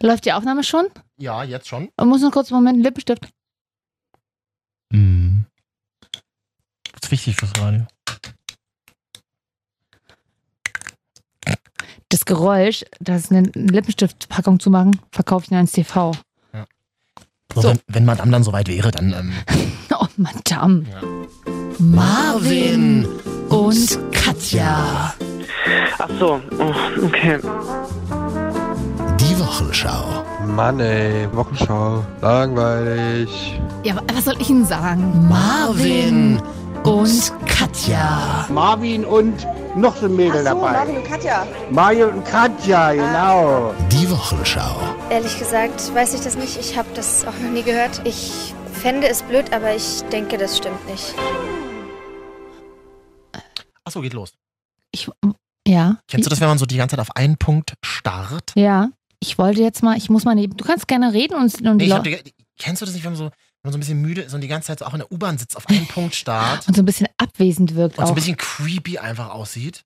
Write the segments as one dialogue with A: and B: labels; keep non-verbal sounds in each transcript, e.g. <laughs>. A: Läuft die Aufnahme schon?
B: Ja, jetzt schon.
A: Man muss noch kurz einen Moment einen Lippenstift.
C: Mhm. Das ist wichtig fürs Radio.
A: Das Geräusch, das ist eine Lippenstiftpackung zu machen, verkaufe ich dann ins TV.
C: So,
A: So.
C: Wenn, wenn Madame dann soweit wäre, dann. Ähm,
A: <laughs> Oh, Madame.
B: Ja.
A: Marvin und Katja.
D: Ach so, oh, okay.
E: Die Wochenschau.
F: Mann ey, Wochenschau. Langweilig.
A: Ja, wa- was soll ich Ihnen sagen?
E: Marvin
A: und Katja.
G: Marvin und noch so ein Mädel
H: Ach so,
G: dabei.
H: Marvin und Katja. Ah.
G: Mario und Katja, genau.
E: Die Wochenschau.
I: Ehrlich gesagt weiß ich das nicht. Ich habe das auch noch nie gehört. Ich fände es blöd, aber ich denke, das stimmt nicht.
C: Achso, geht los.
A: Ich, ja.
C: Kennst du das, wenn man so die ganze Zeit auf einen Punkt starrt?
A: Ja. Ich wollte jetzt mal, ich muss mal neben. Du kannst gerne reden und, und,
C: Nee, ich
A: lau-
C: hab die, kennst du das nicht, wenn man, so, wenn man so ein bisschen müde ist und die ganze Zeit so auch in der U-Bahn sitzt, auf einen Punkt
A: <laughs>
C: starrt
A: und so ein bisschen abwesend wirkt
C: und so
A: auch.
C: ein bisschen creepy einfach aussieht?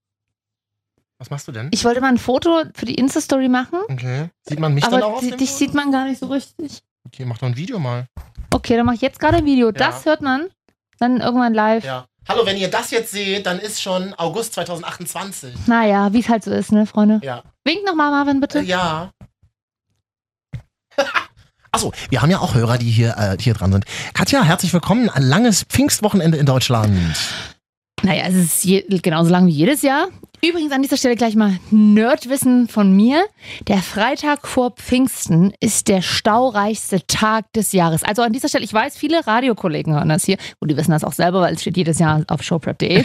C: Was machst du denn?
A: ich wollte mal ein Foto für die Insta-Story machen,
C: Okay. Sieht man mich dann auch
A: aber
C: auf
A: di-
C: dem
A: dich
C: Foto?
A: sieht man gar nicht so richtig.
C: Okay, mach doch ein Video mal.
A: Okay, dann mache ich jetzt gerade ein Video. Das hört man dann irgendwann live.
C: Ja. <laughs> Hallo, wenn ihr das jetzt seht, dann ist schon August 2028.
A: Naja, wie es halt so ist, ne, Freunde?
C: Ja.
A: Wink nochmal, Marvin, bitte.
C: Äh, ja. <laughs> Achso, wir haben ja auch Hörer, die hier, äh, hier dran sind. Katja, herzlich willkommen. Ein langes Pfingstwochenende in Deutschland.
A: Naja, es ist je, genauso lang wie jedes Jahr. Übrigens an dieser Stelle gleich mal Nerdwissen von mir. Der Freitag vor Pfingsten ist der staureichste Tag des Jahres. Also an dieser Stelle, ich weiß, viele Radiokollegen hören das hier. Und die wissen das auch selber, weil es steht jedes Jahr auf
C: <laughs>
A: showprep.de.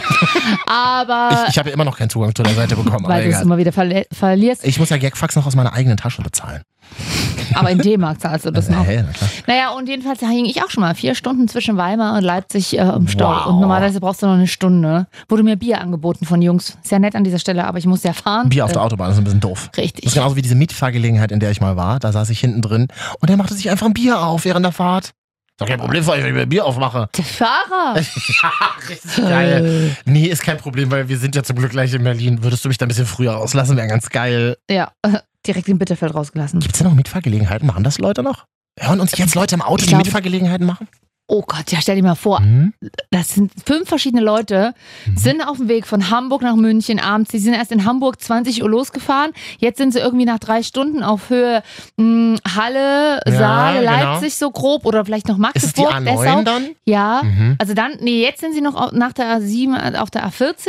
A: Aber
C: Ich, ich habe ja immer noch keinen Zugang zu der Seite bekommen, aber
A: Äh, weil du es
C: egal.
A: immer wieder verle verlierst.
C: Ich muss ja Gagfax noch aus meiner eigenen Tasche bezahlen. Äh,
A: Aber in D-Mark zahlst du das noch.
C: Hä, na klar.
A: Naja, und jedenfalls hing ich auch schon mal vier Stunden zwischen Weimar und Leipzig äh, im Stau.
C: Wow.
A: Und normalerweise brauchst du noch eine Stunde. Wurde mir Bier angeboten von Jungs. Sehr nett an dieser Stelle, aber ich muss ja fahren.
C: Bier auf der Autobahn das ist ein bisschen doof.
A: Äh, richtig.
C: Das ist genau- genauso wie diese Mietfahrgelegenheit, in der ich mal war. Da saß ich hinten drin und der machte sich einfach ein Bier auf während der Fahrt. Ist doch kein Problem für euch, wenn ich mir ein Bier aufmache. <laughs>
A: Der Fahrer.
C: ja,
A: Äh,
C: richtig geil. Nee, ist kein Problem, weil wir sind ja zum Glück gleich in Berlin. Würdest du mich da ein bisschen früher rauslassen, wäre ganz geil.
A: Äh, Ja, <laughs> direkt in Bitterfeld rausgelassen.
C: Gibt's denn noch Mitfahrgelegenheiten? Machen das Leute noch? Hören uns jetzt Leute im Auto,
A: Ich
C: die
A: glaube-
C: Mitfahrgelegenheiten machen?
A: Oh Gott, ja, stell dir mal vor,
C: Hm?
A: das sind fünf verschiedene Leute,
C: Mhm.
A: sind auf dem Weg von Hamburg nach München abends. Die sind erst in Hamburg 20 Uhr losgefahren. Jetzt sind sie irgendwie nach drei Stunden auf Höhe mh, Halle,
C: Ja,
A: Saale,
C: genau.
A: Leipzig so grob oder vielleicht noch
C: Ist es die
A: Magdeburg,
C: A9
A: Dessau.
C: dann?
A: Ja.
C: Mhm.
A: Also dann, nee, jetzt sind sie noch au- nach der A7 auf der A14.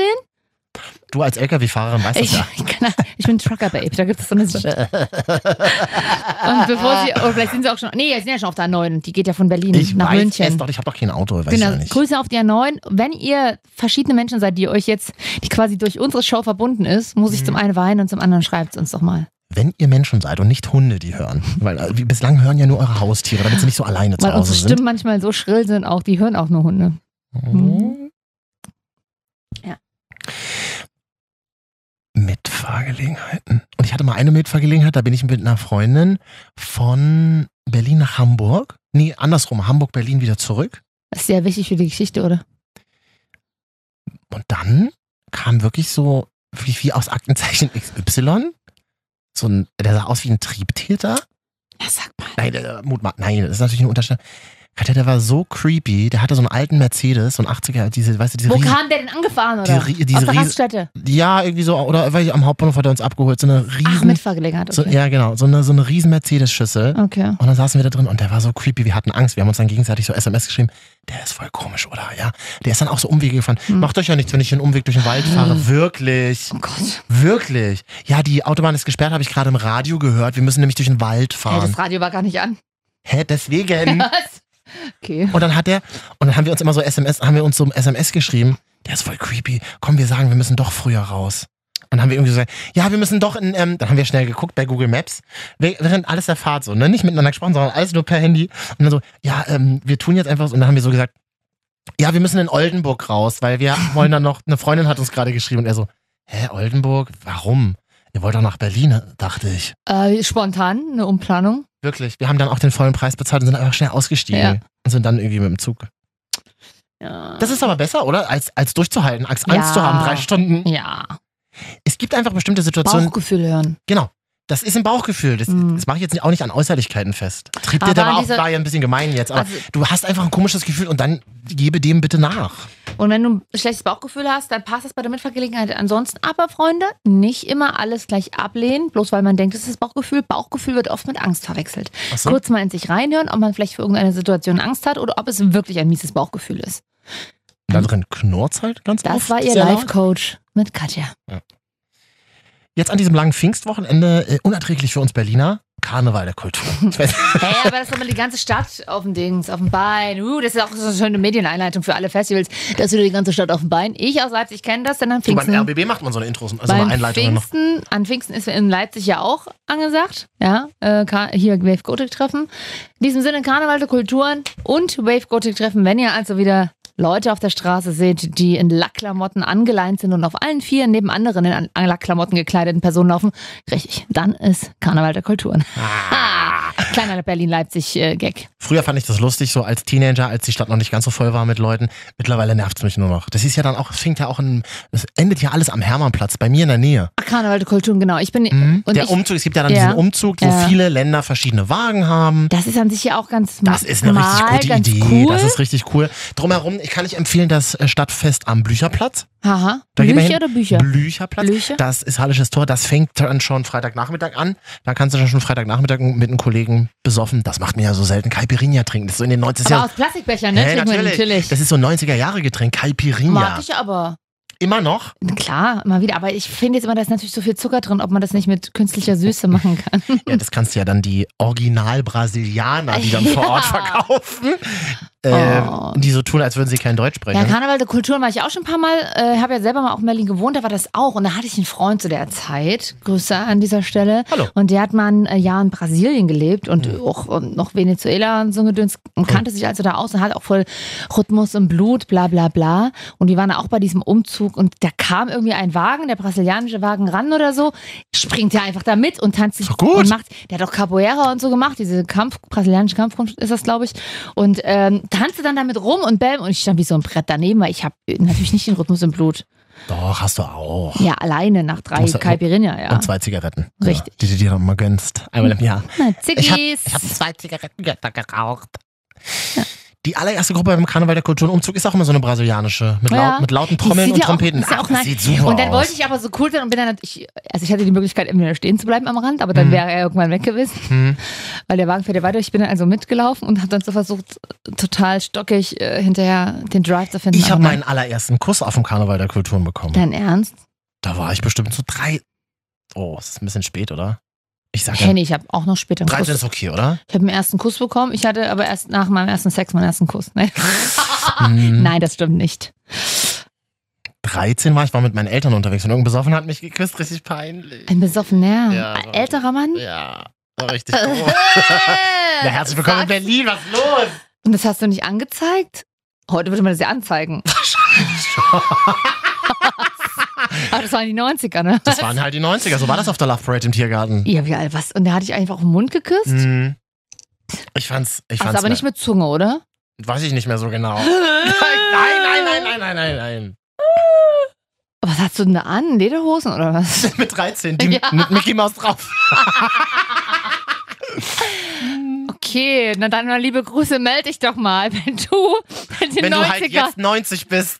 C: Du als LKW-Fahrerin weißt das
A: Ich,
C: ja.
A: <laughs> ich, kann, ich bin Trucker Babe, da gibt es so eine
C: <laughs>
A: Sache. Und bevor sie, oder vielleicht sind sie auch schon, nee, sie sind ja schon auf der A9, die geht ja von Berlin
C: Ich
A: nach
C: weiß
A: München.
C: es doch, ich habe doch kein Auto, weiß ich
A: Genau,
C: ja nicht.
A: Grüße auf die A9. Wenn ihr verschiedene Menschen seid, die euch jetzt, die quasi durch unsere Show verbunden ist, muss
C: Mhm.
A: ich zum einen weinen und zum anderen schreibt es uns doch mal.
C: Wenn ihr Menschen seid und nicht Hunde, die hören. Weil äh, wie- bislang hören ja nur eure Haustiere, damit sie nicht so alleine zu
A: Weil
C: Hause
A: unsere Stimmen
C: sind.
A: manchmal so schrill sind auch, die hören auch nur Hunde.
C: Mhm.
A: Ja.
C: Mitfahrgelegenheiten. Und ich hatte mal eine Mitfahrgelegenheit, da bin ich mit einer Freundin von Berlin nach Hamburg. Nee, andersrum, Hamburg, Berlin wieder zurück.
A: Das ist sehr wichtig für die Geschichte, oder?
C: Und dann kam wirklich so, wie, wie aus Aktenzeichen XY, so ein, der sah aus wie ein Triebtier da.
A: Ja, sag mal.
C: Nein, äh, Mutma nein, das ist natürlich eine Unterstellung. Katja, der war so creepy, der hatte so einen alten Mercedes, so einen 80er, diese, weißt du, diese
A: Wo
C: riesen-
A: kam der denn angefahren,
C: die,
A: oder?
C: rie-
A: Aus
C: diese
A: der
C: riesen,
A: Raststätte.
C: Ja, irgendwie so, oder weil ich am Hauptbahnhof hat er uns abgeholt, so eine riesen,
A: Ach, mitfahrgelegenheit.
C: so,
A: Okay. Oh.
C: ja genau, so eine, so eine riesen Mercedes-Schüssel.
A: okay.
C: Und dann saßen wir da drin und der war so creepy, wir hatten Angst. Wir haben uns dann gegenseitig so SMS geschrieben, der ist voll komisch, oder? Ja. Der ist dann auch so Umwege gefahren.
A: Hm.
C: Macht euch ja nichts, wenn ich den Umweg durch den Wald fahre. Wirklich.
A: Oh Gott.
C: Wirklich. Ja, die Autobahn ist gesperrt, habe ich gerade im Radio gehört. Wir müssen nämlich durch den Wald
A: Hey,
C: fahren.
A: das Radio war gar nicht an.
C: Hä, deswegen.
A: Was? Okay.
C: und dann hat er, und dann haben wir uns immer so SMS, haben wir uns so SMS geschrieben. Der ist voll creepy. Komm, wir sagen, wir müssen doch früher raus. Und dann haben wir irgendwie gesagt, ja, wir müssen doch in, ähm, dann haben wir schnell geguckt bei Google Maps, Wäh- während alles der Fahrt so, ne? Nicht miteinander gesprochen, sondern alles nur per Handy. Und dann so, ja, ähm, wir tun jetzt einfach so. Und dann haben wir so gesagt, ja, wir müssen in Oldenburg raus, weil wir wollen dann noch, eine Freundin hat uns gerade geschrieben und er so, hä, Oldenburg? Warum? Ihr wollt doch nach Berlin, dachte ich.
A: Äh, spontan, eine Umplanung.
C: Wirklich. Wir haben dann auch den vollen Preis bezahlt und sind einfach schnell ausgestiegen
A: Ja.
C: und sind dann irgendwie mit dem Zug.
A: Ja.
C: Das ist aber besser, oder? Als, als durchzuhalten, als Angst
A: Ja.
C: zu haben, drei Stunden.
A: ja.
C: Es gibt einfach bestimmte Situationen.
A: Bauchgefühl hören.
C: Genau. Das ist ein Bauchgefühl. Das, das mache ich jetzt nicht- auch nicht an Äußerlichkeiten fest. Trieb
A: Mhm.
C: dir
A: Aber
C: da
A: an
C: war auch
A: dieser-
C: war ja ein bisschen gemein jetzt. Aber
A: Also-
C: du hast einfach ein komisches Gefühl und dann gebe dem bitte nach.
A: Und wenn du ein schlechtes Bauchgefühl hast, dann passt das bei der Mitfahrgelegenheit. Ansonsten aber, Freunde, nicht immer alles gleich ablehnen, bloß weil man denkt, es ist Bauchgefühl. Bauchgefühl wird oft mit Angst verwechselt.
C: Ach so.
A: Kurz mal in sich reinhören, ob man vielleicht für irgendeine Situation Angst hat oder ob es wirklich ein mieses Bauchgefühl ist.
C: Und da drin knurrt halt ganz
A: Das
C: oft
A: war ihr
C: sehr laut.
A: Life-Coach mit Katja.
C: Jetzt an diesem langen Pfingstwochenende äh, unerträglich für uns Berliner. Karneval der Kultur. Ich weiß,
A: Hey, aber das ist immer die ganze Stadt auf dem Dings, auf dem Bein. Uh, das ist auch so eine schöne Medieneinleitung für alle Festivals. Das ist wieder die ganze Stadt auf dem Bein. Ich aus Leipzig kenne das, denn am
C: du, beim
A: Pfingsten.
C: RBB macht man so eine Intros, also
A: Beim
C: eine Einleitung noch.
A: Pfingsten, An Pfingsten ist in Leipzig ja auch angesagt. Ja, äh, Ka- hier Wave Gothic Treffen. In diesem Sinne Karneval der Kulturen und Wave Gothic Treffen, wenn ihr also wieder Leute auf der Straße seht, die in Lackklamotten angeleint sind und auf allen vier neben anderen in an- Lackklamotten gekleideten Personen laufen. Richtig, dann ist Karneval der Kulturen.
C: Ah.
A: Kleiner äh, Berlin-Leipzig-Gag.
C: Früher fand ich das lustig, so als Teenager, als die Stadt noch nicht ganz so voll war mit Leuten. Mittlerweile nervt es mich nur noch. Das ist ja dann auch, es fängt ja auch in, es endet ja alles am Hermannplatz, bei mir in der Nähe.
A: Ach, Karneval der Kulturen, genau. Ich bin. Und
C: Mhm. der um-
A: ich,
C: Umzug, es gibt ja dann
A: Ja.
C: diesen Umzug, wo
A: Ja.
C: viele Länder verschiedene Wagen haben.
A: das ist an sich ja auch ganz
C: Das ist eine richtig
A: normal,
C: gute
A: ganz
C: Idee.
A: Cool.
C: Das ist richtig cool. Drumherum, ich kann nicht empfehlen, das äh, Stadtfest am Blücherplatz.
A: Aha.
C: Da gehen wir hin.
A: Bücher oder Bücher?
C: Blücherplatz.
A: Blücher?
C: Das ist Hallisches Tor. Das fängt dann schon Freitagnachmittag an. Da kannst du dann schon Freitagnachmittag mit einem Kollegen besoffen. Das macht mir ja so selten. Caipirinha trinken. Das ist so in den 90er
A: Aber
C: Jahren.
A: aus Plastikbechern, ne?
C: Hey,
A: Trinken wir natürlich.
C: Das ist so ein 90er-Jahre-Getränk.
A: Mag
C: Caipirinha.
A: ich aber.
C: Immer noch.
A: Klar, immer wieder. Aber ich finde jetzt immer, da ist natürlich so viel Zucker drin, ob man das nicht mit künstlicher Süße machen kann.
C: Ja, das kannst du ja dann die Original-Brasilianer,
A: <laughs>
C: die dann vor
A: Ja.
C: Ort verkaufen,
A: Oh.
C: äh, die so tun, als würden sie kein Deutsch sprechen.
A: Ja, Karneval der Kulturen war ich auch schon ein paar Mal. Äh, habe ja selber mal auch in Berlin gewohnt, da war das auch. Und da hatte ich einen Freund zu der Zeit. Grüße an dieser Stelle.
C: Hallo.
A: Und der hat mal ein äh, Jahr in Brasilien gelebt und auch ähm, noch Venezuela und so ein Gedöns und kannte sich also da aus und hat auch voll Rhythmus im Blut, bla bla bla. Und die waren da auch bei diesem Umzug und da kam irgendwie ein Wagen, der brasilianische Wagen ran oder so, springt ja einfach da mit und tanzt sich
C: doch gut.
A: und macht, der hat auch Capoeira und so gemacht, diese Kampf, brasilianische Kampfkunst ist das, glaube ich. Und ähm, tanzte dann damit rum und bäm und ich stand wie so ein Brett daneben, weil ich habe natürlich nicht den Rhythmus im Blut.
C: Doch, hast du auch.
A: Ja, alleine nach drei
C: musst ja-
A: Caipirinha, ja.
C: Und zwei Zigaretten.
A: Richtig.
C: Ja, die du dir dann mal gönnst. Einmal im Jahr.
A: Na,
C: Ich hab-
A: Ziggis.
C: Ich habe zwei Zigaretten geraucht. Die allererste Gruppe beim Karneval der Kulturenumzug ist auch immer so eine brasilianische. Mit,
A: Ja.
C: laut, mit
A: Die
C: lauten Trommeln
A: sieht
C: und
A: ja auch-
C: Trompeten.
A: ist ja auch
C: Ach,
A: nice.
C: das sieht super
A: Und dann
C: aus.
A: wollte ich aber so cool sein und bin dann, ich, also ich hatte die Möglichkeit, entweder stehen zu bleiben am Rand, aber dann
C: Mhm.
A: wäre er irgendwann weg gewesen,
C: Hm.
A: weil der Wagen fährt ja weiter. Ich bin dann also mitgelaufen und habe dann so versucht, total stockig äh, hinterher den Drive zu finden.
C: Ich habe
A: Aber
C: meinen allerersten Kuss auf dem Karneval der Kulturen bekommen.
A: Dein Ernst?
C: Da war ich bestimmt so drei. Oh, es ist ein bisschen spät, oder? Ich sage ja,
A: Henny, ich habe auch noch später einen
C: 13 ist
A: Kuss.
C: okay, oder?
A: Ich habe einen ersten Kuss bekommen. Ich hatte aber erst nach meinem ersten Sex meinen ersten Kuss. Nein,
C: Hm.
A: Ah, Nein das stimmt nicht.
C: 13 war ich, war mit meinen Eltern unterwegs und irgendein Besoffen hat mich geküsst, richtig peinlich.
A: Ein besoffener,
C: Ja,
A: ein
C: so.
A: älterer Mann.
C: Ja, <laughs> war
A: <laughs>
C: richtig groß. Na, herzlich willkommen in
A: Sag-
C: Berlin, was ist los?
A: Und das hast du nicht angezeigt? Heute würde man das ja
C: <laughs>
A: anzeigen. <laughs> Aber das waren die 90er, ne?
C: Das waren halt die 90er, so war das auf der Love Parade im Tiergarten.
A: Ja, wie alt was? Und da hatte ich einfach auf den Mund geküsst?
C: Mhm. Ich fand's, ich
A: also
C: fand's, ne-
A: aber nicht mit Zunge, oder?
C: weiß ich nicht mehr
A: <laughs>
C: so genau. <laughs> nein, nein, nein, nein, nein, nein, nein.
A: Aber was hast du denn da an? Lederhosen oder
C: <laughs>
A: was?
C: Mit 13, die mit Mickey Mouse drauf.
A: Okay, na dann, meine liebe Grüße, melde dich doch mal, wenn du in den
C: Wenn
A: 90ern,
C: du halt jetzt 90 bist.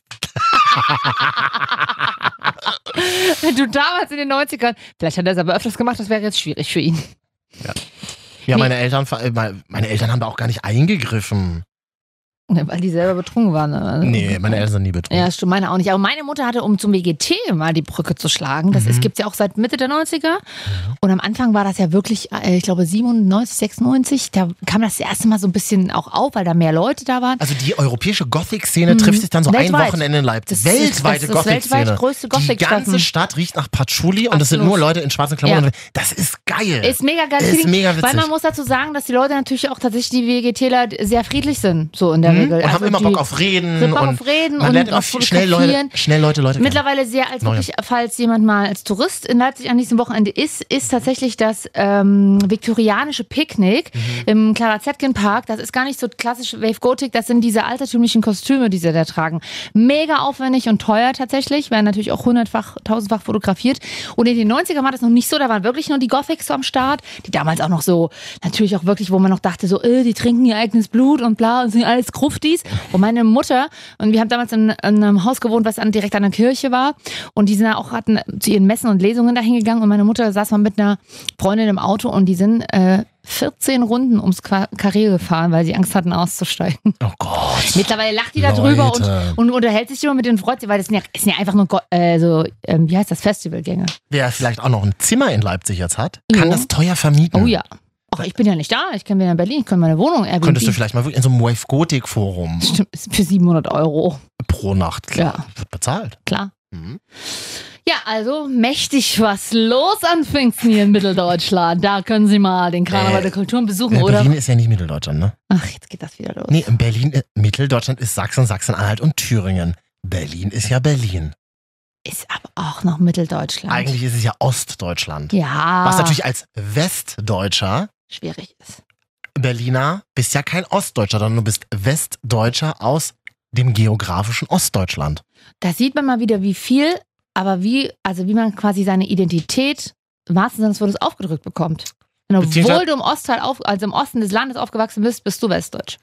A: wenn du damals in den 90ern, vielleicht hat er es aber öfters gemacht, das wäre jetzt schwierig für ihn. Nee.
C: Ja, meine Eltern, ver- äh, mein- meine Eltern haben da auch gar nicht eingegriffen.
A: Ne, Weil die selber betrunken waren. ne?
C: Nee, meine Eltern sind nie betrunken.
A: Ja, stimmt, meine auch nicht. Aber meine Mutter hatte, um zum WGT mal die Brücke zu schlagen, das
C: Mhm.
A: ist gibt's ja auch seit Mitte der 90er. Und am Anfang war das ja wirklich, äh, ich glaube, 97, 96. Da kam das, das erste Mal so ein bisschen auch auf, weil da mehr Leute da waren.
C: Also die europäische Gothic-Szene
A: Mhm.
C: trifft sich dann so ein
A: Weltweit.
C: Wochenende in Leipzig.
A: Das ist- das ist
C: Weltweite
A: das
C: Gothic-Szene.
A: weltweit größte
C: die ganze
A: Gothic-Treffen.
C: Stadt riecht nach Patchouli und es sind
A: Absolut.
C: nur Leute in schwarzen Klamotten. Das ist geil.
A: Ist mega geil.
C: Ist mega
A: Weil
C: witzig.
A: man muss dazu sagen, dass die Leute natürlich auch tatsächlich die WGTler sehr friedlich sind, so in der
C: Mhm.
A: Regel.
C: Und haben
A: Also
C: immer
A: die
C: Bock auf Reden.
A: sind Bock
C: und
A: auf Reden
C: man
A: und
C: lernt immer
A: auf
C: viel- schnell Leute,
A: Fotografieren.
C: schnell Leute, Leute kennen.
A: Mittlerweile sehr, als
C: Neue.
A: wirklich, falls jemand mal als Tourist in Leipzig an diesem Wochenende ist, ist tatsächlich das ähm, viktorianische Picknick
C: Mhm.
A: im Clara Zetkin Park. Das ist gar nicht so klassisch Wave Gothic, das sind diese altertümlichen Kostüme, die sie da tragen. Mega aufwendig und teuer tatsächlich, werden natürlich auch hundertfach, tausendfach fotografiert. Und in den 90ern war das noch nicht so, da waren wirklich nur die Gothics so am Start, die damals auch noch so, natürlich auch wirklich, wo man noch dachte, so, äh, die trinken ihr eigenes Blut und bla, und sind alles Gruftis. Und meine Mutter, und wir haben damals in, in einem Haus gewohnt, was an, direkt an der Kirche war. Und die sind da auch hatten zu ihren Messen und Lesungen dahin gegangen. Und meine Mutter saß mal mit einer Freundin im Auto und die sind äh, 14 Runden ums Qua- Karree gefahren, weil sie Angst hatten, auszusteigen. <laughs>
C: Oh Gott.
A: Mittlerweile lacht die da
C: Leute.
A: drüber und, und unterhält sich immer mit den Freunden, weil das sind ja, das sind ja einfach nur, Go- äh, so, ähm, wie heißt das, Festivalgänge.
C: Wer vielleicht auch noch ein Zimmer in Leipzig jetzt hat, kann
A: Jo.
C: das teuer vermieten.
A: Oh ja. Ach, ich bin ja nicht da. Ich kann wieder in Berlin. Ich kann meine Wohnung Airbnb.
C: Könntest du vielleicht mal wirklich in so einem Wave Gothic Forum
A: Stimmt, ist für 700 Euro.
C: pro Nacht klar,
A: Ja.
C: wird bezahlt.
A: Klar.
C: Mhm.
A: Ja, also mächtig was los an Pfingsten hier in Mitteldeutschland. Da können Sie mal den Karneval
C: Äh,
A: der Kulturen besuchen,
C: Ja,
A: oder?
C: Berlin ist ja nicht Mitteldeutschland, ne?
A: Ach, jetzt geht das wieder los.
C: Nee, in Berlin, äh, Mitteldeutschland ist Sachsen, Sachsen-Anhalt und Thüringen. Berlin ist ja Berlin.
A: Ist aber auch noch Mitteldeutschland.
C: Eigentlich ist es ja Ostdeutschland.
A: Ja.
C: Was natürlich als Westdeutscher,
A: schwierig ist.
C: Berliner, bist ja kein Ostdeutscher, sondern du bist Westdeutscher aus dem geografischen Ostdeutschland.
A: Da sieht man mal wieder, wie viel, aber wie, also wie man quasi seine Identität im wahrsten Sinne des Wortes aufgedrückt bekommt. Und
C: Beziehungsweise-
A: obwohl du im Ostteil auf, also im Osten des Landes aufgewachsen bist, bist du Westdeutsch.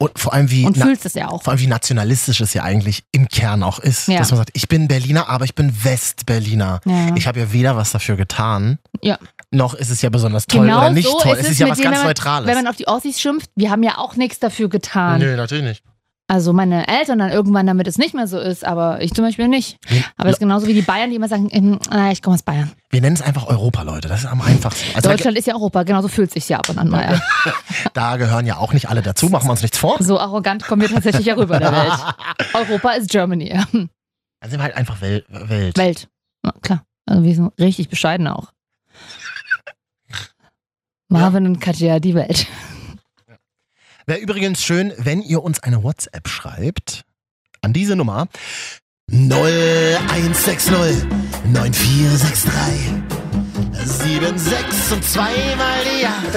C: Und vor allem wie
A: Und
C: na,
A: fühlst es ja auch.
C: vor allem wie nationalistisch es ja eigentlich im Kern auch ist,
A: Ja.
C: dass man sagt, ich bin Berliner, aber ich bin Westberliner.
A: Ja.
C: Ich habe ja weder was dafür getan,
A: Ja.
C: noch ist es ja besonders toll
A: Genau
C: oder nicht
A: so
C: toll.
A: ist
C: es
A: es
C: ist ja
A: mit
C: was
A: denen,
C: ganz
A: wenn man-
C: Neutrales.
A: Wenn man auf die Ossis schimpft, wir haben ja auch nichts dafür getan.
C: Nö, natürlich nicht.
A: Also meine Eltern dann irgendwann, damit es nicht mehr so ist, aber ich zum Beispiel nicht. Aber es ist genauso wie die Bayern, die immer sagen, ähm, naja, ich komme aus Bayern.
C: Wir nennen es einfach Europa, Leute. Das ist am einfachsten. Also da,
A: Deutschland ist ja Europa, genauso fühlt sich ja ab und an mal. Ja.
C: da gehören ja auch nicht alle dazu. Machen wir uns
A: <laughs>
C: nichts vor.
A: So arrogant kommen wir tatsächlich ja rüber der
C: <laughs>
A: Welt. Europa ist Germany. <laughs>
C: Dann sind wir halt einfach Wel Welt.
A: Welt. Na, klar. Also wir sind richtig bescheiden auch. Marvin und Katja, die Welt.
C: Wäre übrigens schön, wenn ihr uns eine WhatsApp schreibt. An diese Nummer.
J: 0160 9463 76 und 2 mal die Jahre.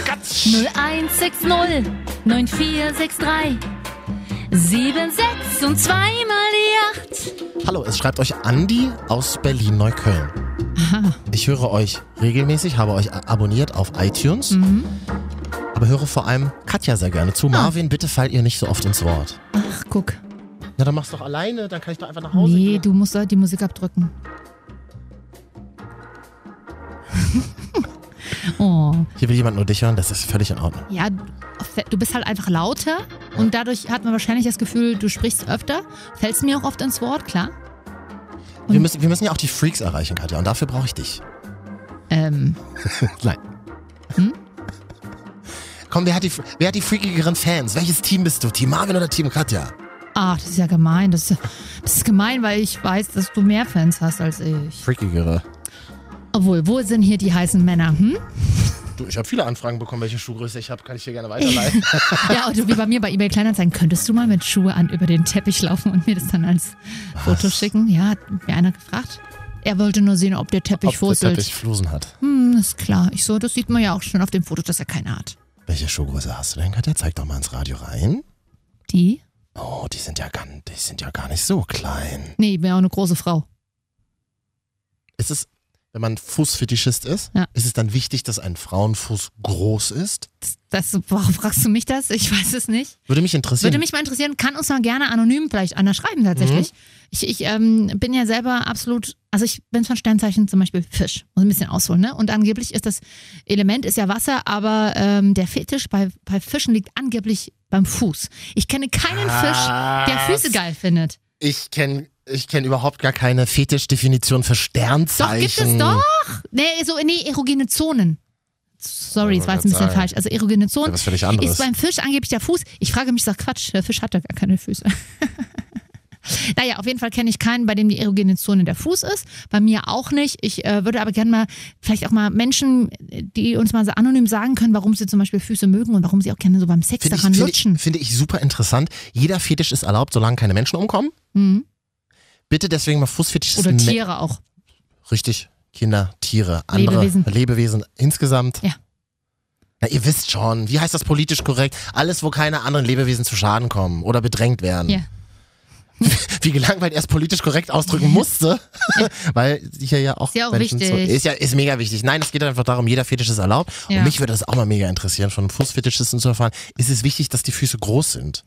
K: 0160 9463 76 und zweimal die 8.
C: Hallo, es schreibt euch Andi aus Berlin-Neukölln.
A: Aha.
C: Ich höre euch regelmäßig, habe euch a- abonniert auf iTunes,
A: Mhm.
C: aber höre vor allem Katja sehr gerne zu. Marvin, bitte fallt ihr nicht so oft ins Wort.
A: Ach, guck.
C: Na, dann mach's doch alleine, dann kann ich doch einfach nach Hause
A: Nee,
C: gehen.
A: du musst da die Musik
C: <laughs>
A: abdrücken. oh.
C: Hier will jemand nur dich hören, das ist völlig in Ordnung.
K: Ja, du bist halt einfach lauter und dadurch hat man wahrscheinlich das Gefühl, du sprichst öfter, fällst mir auch oft ins Wort, klar.
C: Wir müssen, wir müssen ja auch die Freaks erreichen, Katja, und dafür brauche ich dich.
K: Ähm,
C: Komm, wer hat, die, wer hat die freakigeren Fans? Welches Team bist du? Team Marvin oder Team Katja?
K: ach, das ist ja gemein. Das ist, das ist gemein, weil ich weiß, dass du mehr Fans hast als ich.
C: Freakigere.
K: Obwohl, wo sind hier die heißen Männer? Hm?
C: Du, ich habe viele Anfragen bekommen, welche Schuhgröße ich habe. Kann ich <laughs> dir gerne weiterleiten.
K: Ja, und wie bei mir bei eBay Kleinanzeigen, könntest du mal mit Schuhe an über den Teppich laufen und mir das dann als Foto schicken? Ja, hat mir einer gefragt. Er wollte nur sehen, ob der Teppich
C: dich
K: wurzelt.
C: Flusen hat.
K: Hm, ist klar. Ich so, das sieht man ja auch schon auf dem Foto, dass er keine hat.
C: Welche Schuhgröße hast du denn, Katja? Zeig doch mal ins Radio rein.
K: Die?
C: Oh, die sind ja gar, die sind ja gar nicht so klein.
K: Nee, ich bin ja auch eine große Frau.
C: Ist es, wenn man Fußfetischist ist,
K: Ja.
C: ist es dann wichtig, dass ein Frauenfuß groß ist?
K: Das, warum fragst du mich das? Ich weiß es nicht.
C: Würde mich interessieren.
K: Würde mich mal interessieren, kann uns mal gerne anonym vielleicht einer schreiben tatsächlich. Ich, ich ähm, bin ja selber absolut, also ich bin von Sternzeichen zum Beispiel Fisch. Muss ein bisschen ausholen, ne? Und angeblich ist das Element ist ja Wasser, aber ähm, der Fetisch bei, bei Fischen liegt angeblich beim Fuß. Ich kenne keinen Fisch, der Füße geil findet.
C: Ich kenne ich kenn überhaupt gar keine Fetischdefinition für
K: Doch, gibt es
C: Sternzeichen.
K: doch. Nee, so, nee, erogene Zonen. Sorry,
C: Ja,
K: das war jetzt
C: wollte
K: ein bisschen
C: sagen.
K: falsch. Also erogene Zonen.
C: was völlig
K: Ist beim Fisch angeblich der Fuß? Ich frage mich, sag Quatsch, der Fisch hat ja gar keine Füße.
A: <laughs> Naja, auf jeden Fall kenne ich keinen, bei dem die erogene Zone der Fuß ist. Bei mir auch nicht. Ich äh, würde aber gerne mal, vielleicht auch mal Menschen, die uns mal so anonym sagen können, warum sie zum Beispiel Füße mögen und warum sie auch gerne so beim Sex
C: Finde ich,
A: daran
C: find ich,
A: lutschen.
C: finde ich super interessant. Jeder Fetisch ist erlaubt, solange keine Menschen umkommen.
A: Mhm.
C: Bitte deswegen mal Fußfetisch. ist
A: Oder
C: ein Me-
A: Tiere auch.
C: Richtig. Kinder, Tiere, andere
A: Lebewesen.
C: Lebewesen insgesamt.
A: Ja.
C: Na, ihr wisst schon, wie heißt das politisch korrekt? Alles, wo keine anderen Lebewesen zu Schaden kommen oder bedrängt werden.
A: Ja.
C: <laughs> Wie gelangweilt er es politisch korrekt ausdrücken musste, <laughs> weil hier ja auch
A: Ist ja auch
C: Menschen
A: wichtig.
C: Zu, ist ja ist mega wichtig. Nein, es geht einfach darum, jeder Fetisch ist erlaubt.
A: Ja.
C: Und mich würde das auch mal mega interessieren, von einem Fußfetischisten zu erfahren. Ist es wichtig, dass die Füße groß sind?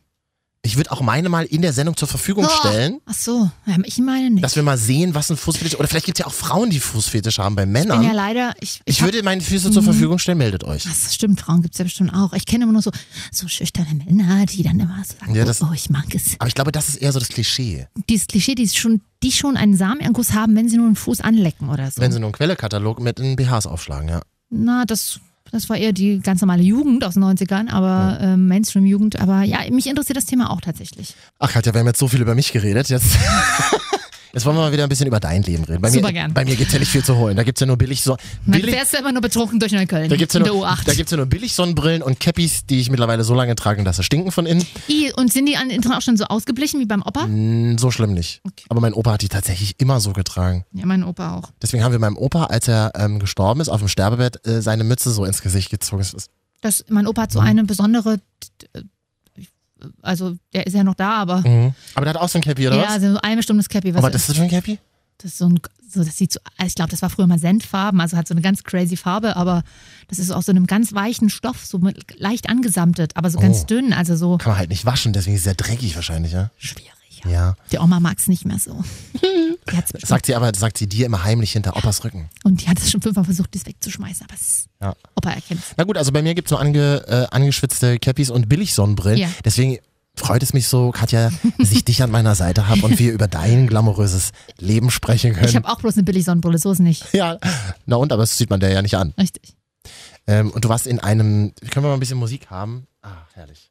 C: Ich würde auch meine mal in der Sendung zur Verfügung
A: Oh.
C: stellen.
A: Ach so, ja, ich meine nicht.
C: Dass wir mal sehen, was ein Fußfetisch Oder vielleicht gibt es ja auch Frauen, die Fußfetisch haben bei
A: ich bin
C: Männern.
A: ja leider, Mhm. ich,
C: ich
A: hab-
C: würde meine Füße zur Verfügung stellen, meldet euch.
A: Das stimmt, Frauen gibt's ja bestimmt auch. Ich kenne immer nur so, so schüchterne Männer, die dann immer so sagen,
C: Ja, das-
A: oh, ich mag es.
C: Aber ich glaube, das ist eher so das Klischee.
A: Dieses Klischee, die schon, die schon einen Samenerguss haben, wenn sie nur einen Fuß anlecken oder so.
C: Wenn sie nur einen Quellekatalog mit in BHs aufschlagen, ja.
A: Na, das, das war eher die ganz normale Jugend aus den 90ern, aber ähm, Mainstream-Jugend. Aber ja, mich interessiert das Thema auch tatsächlich.
C: Ach Katja, wir haben jetzt so viel über mich geredet. Jetzt, <laughs> jetzt wollen wir mal wieder ein bisschen über dein Leben reden. Bei
A: Super
C: mir,
A: gern.
C: Bei mir gibt's ja nicht viel zu holen. Da gibt's ja nur billig so.
A: Man
C: Billig,
A: fährst du immer nur betrunken durch Neukölln.
C: da gibt's ja
A: in der
C: nur, da
A: U8.
C: gibt's ja nur billig Sonnenbrillen und Cappies, die ich mittlerweile so lange trage, dass sie stinken von innen.
A: I, und sind die an Intern auch schon so ausgeblichen wie beim Opa?
C: Hm, So schlimm nicht.
A: Okay.
C: Aber mein Opa hat die tatsächlich immer so getragen.
A: Ja, mein Opa auch.
C: Deswegen haben wir meinem Opa, als er ähm, gestorben ist, auf dem Sterbebett äh, seine Mütze so ins Gesicht gezogen. Es ist
A: Das, mein Opa
C: Mhm.
A: hat so eine besondere, äh, also der ist ja noch da, aber
C: Aber der hat auch so ein Cappy, oder
A: ja,
C: was?
A: so ein bestimmtes Cappy. Was
C: Aber das ist schon ein Cappy?
A: das ist so ein, so, das sieht so, also ich glaube, das war früher mal Senffarben, also hat so eine ganz crazy Farbe, aber das ist aus so einem ganz weichen Stoff, so mit, leicht angesamtet, aber so ganz
C: Oh.
A: dünn, also so
C: Kann man halt nicht waschen, deswegen ist er dreckig wahrscheinlich, ja?
A: schwierig.
C: Ja.
A: Die Oma mag es nicht mehr so. Die hat's bestimmt-
C: Sagt sie aber, sagt sie dir immer heimlich hinter Opas Rücken.
A: und die hat es schon fünfmal versucht, das wegzuschmeißen, aber es,
C: Ja.
A: Opa erkennt's.
C: Na gut, also bei mir gibt's nur ange, äh, angeschwitzte Cappies und Billig-Sonnenbrillen.
A: Ja.
C: Deswegen freut es mich so, Katja, dass ich dich an meiner Seite habe und wir über dein glamouröses Leben sprechen können.
A: Ich habe auch bloß eine Billig-Sonnenbrille, so ist nicht.
C: <laughs> ja, na und, aber das sieht man der ja nicht an.
A: Richtig.
C: Ähm, und du warst in einem. Können wir mal ein bisschen Musik haben? Ah, herrlich.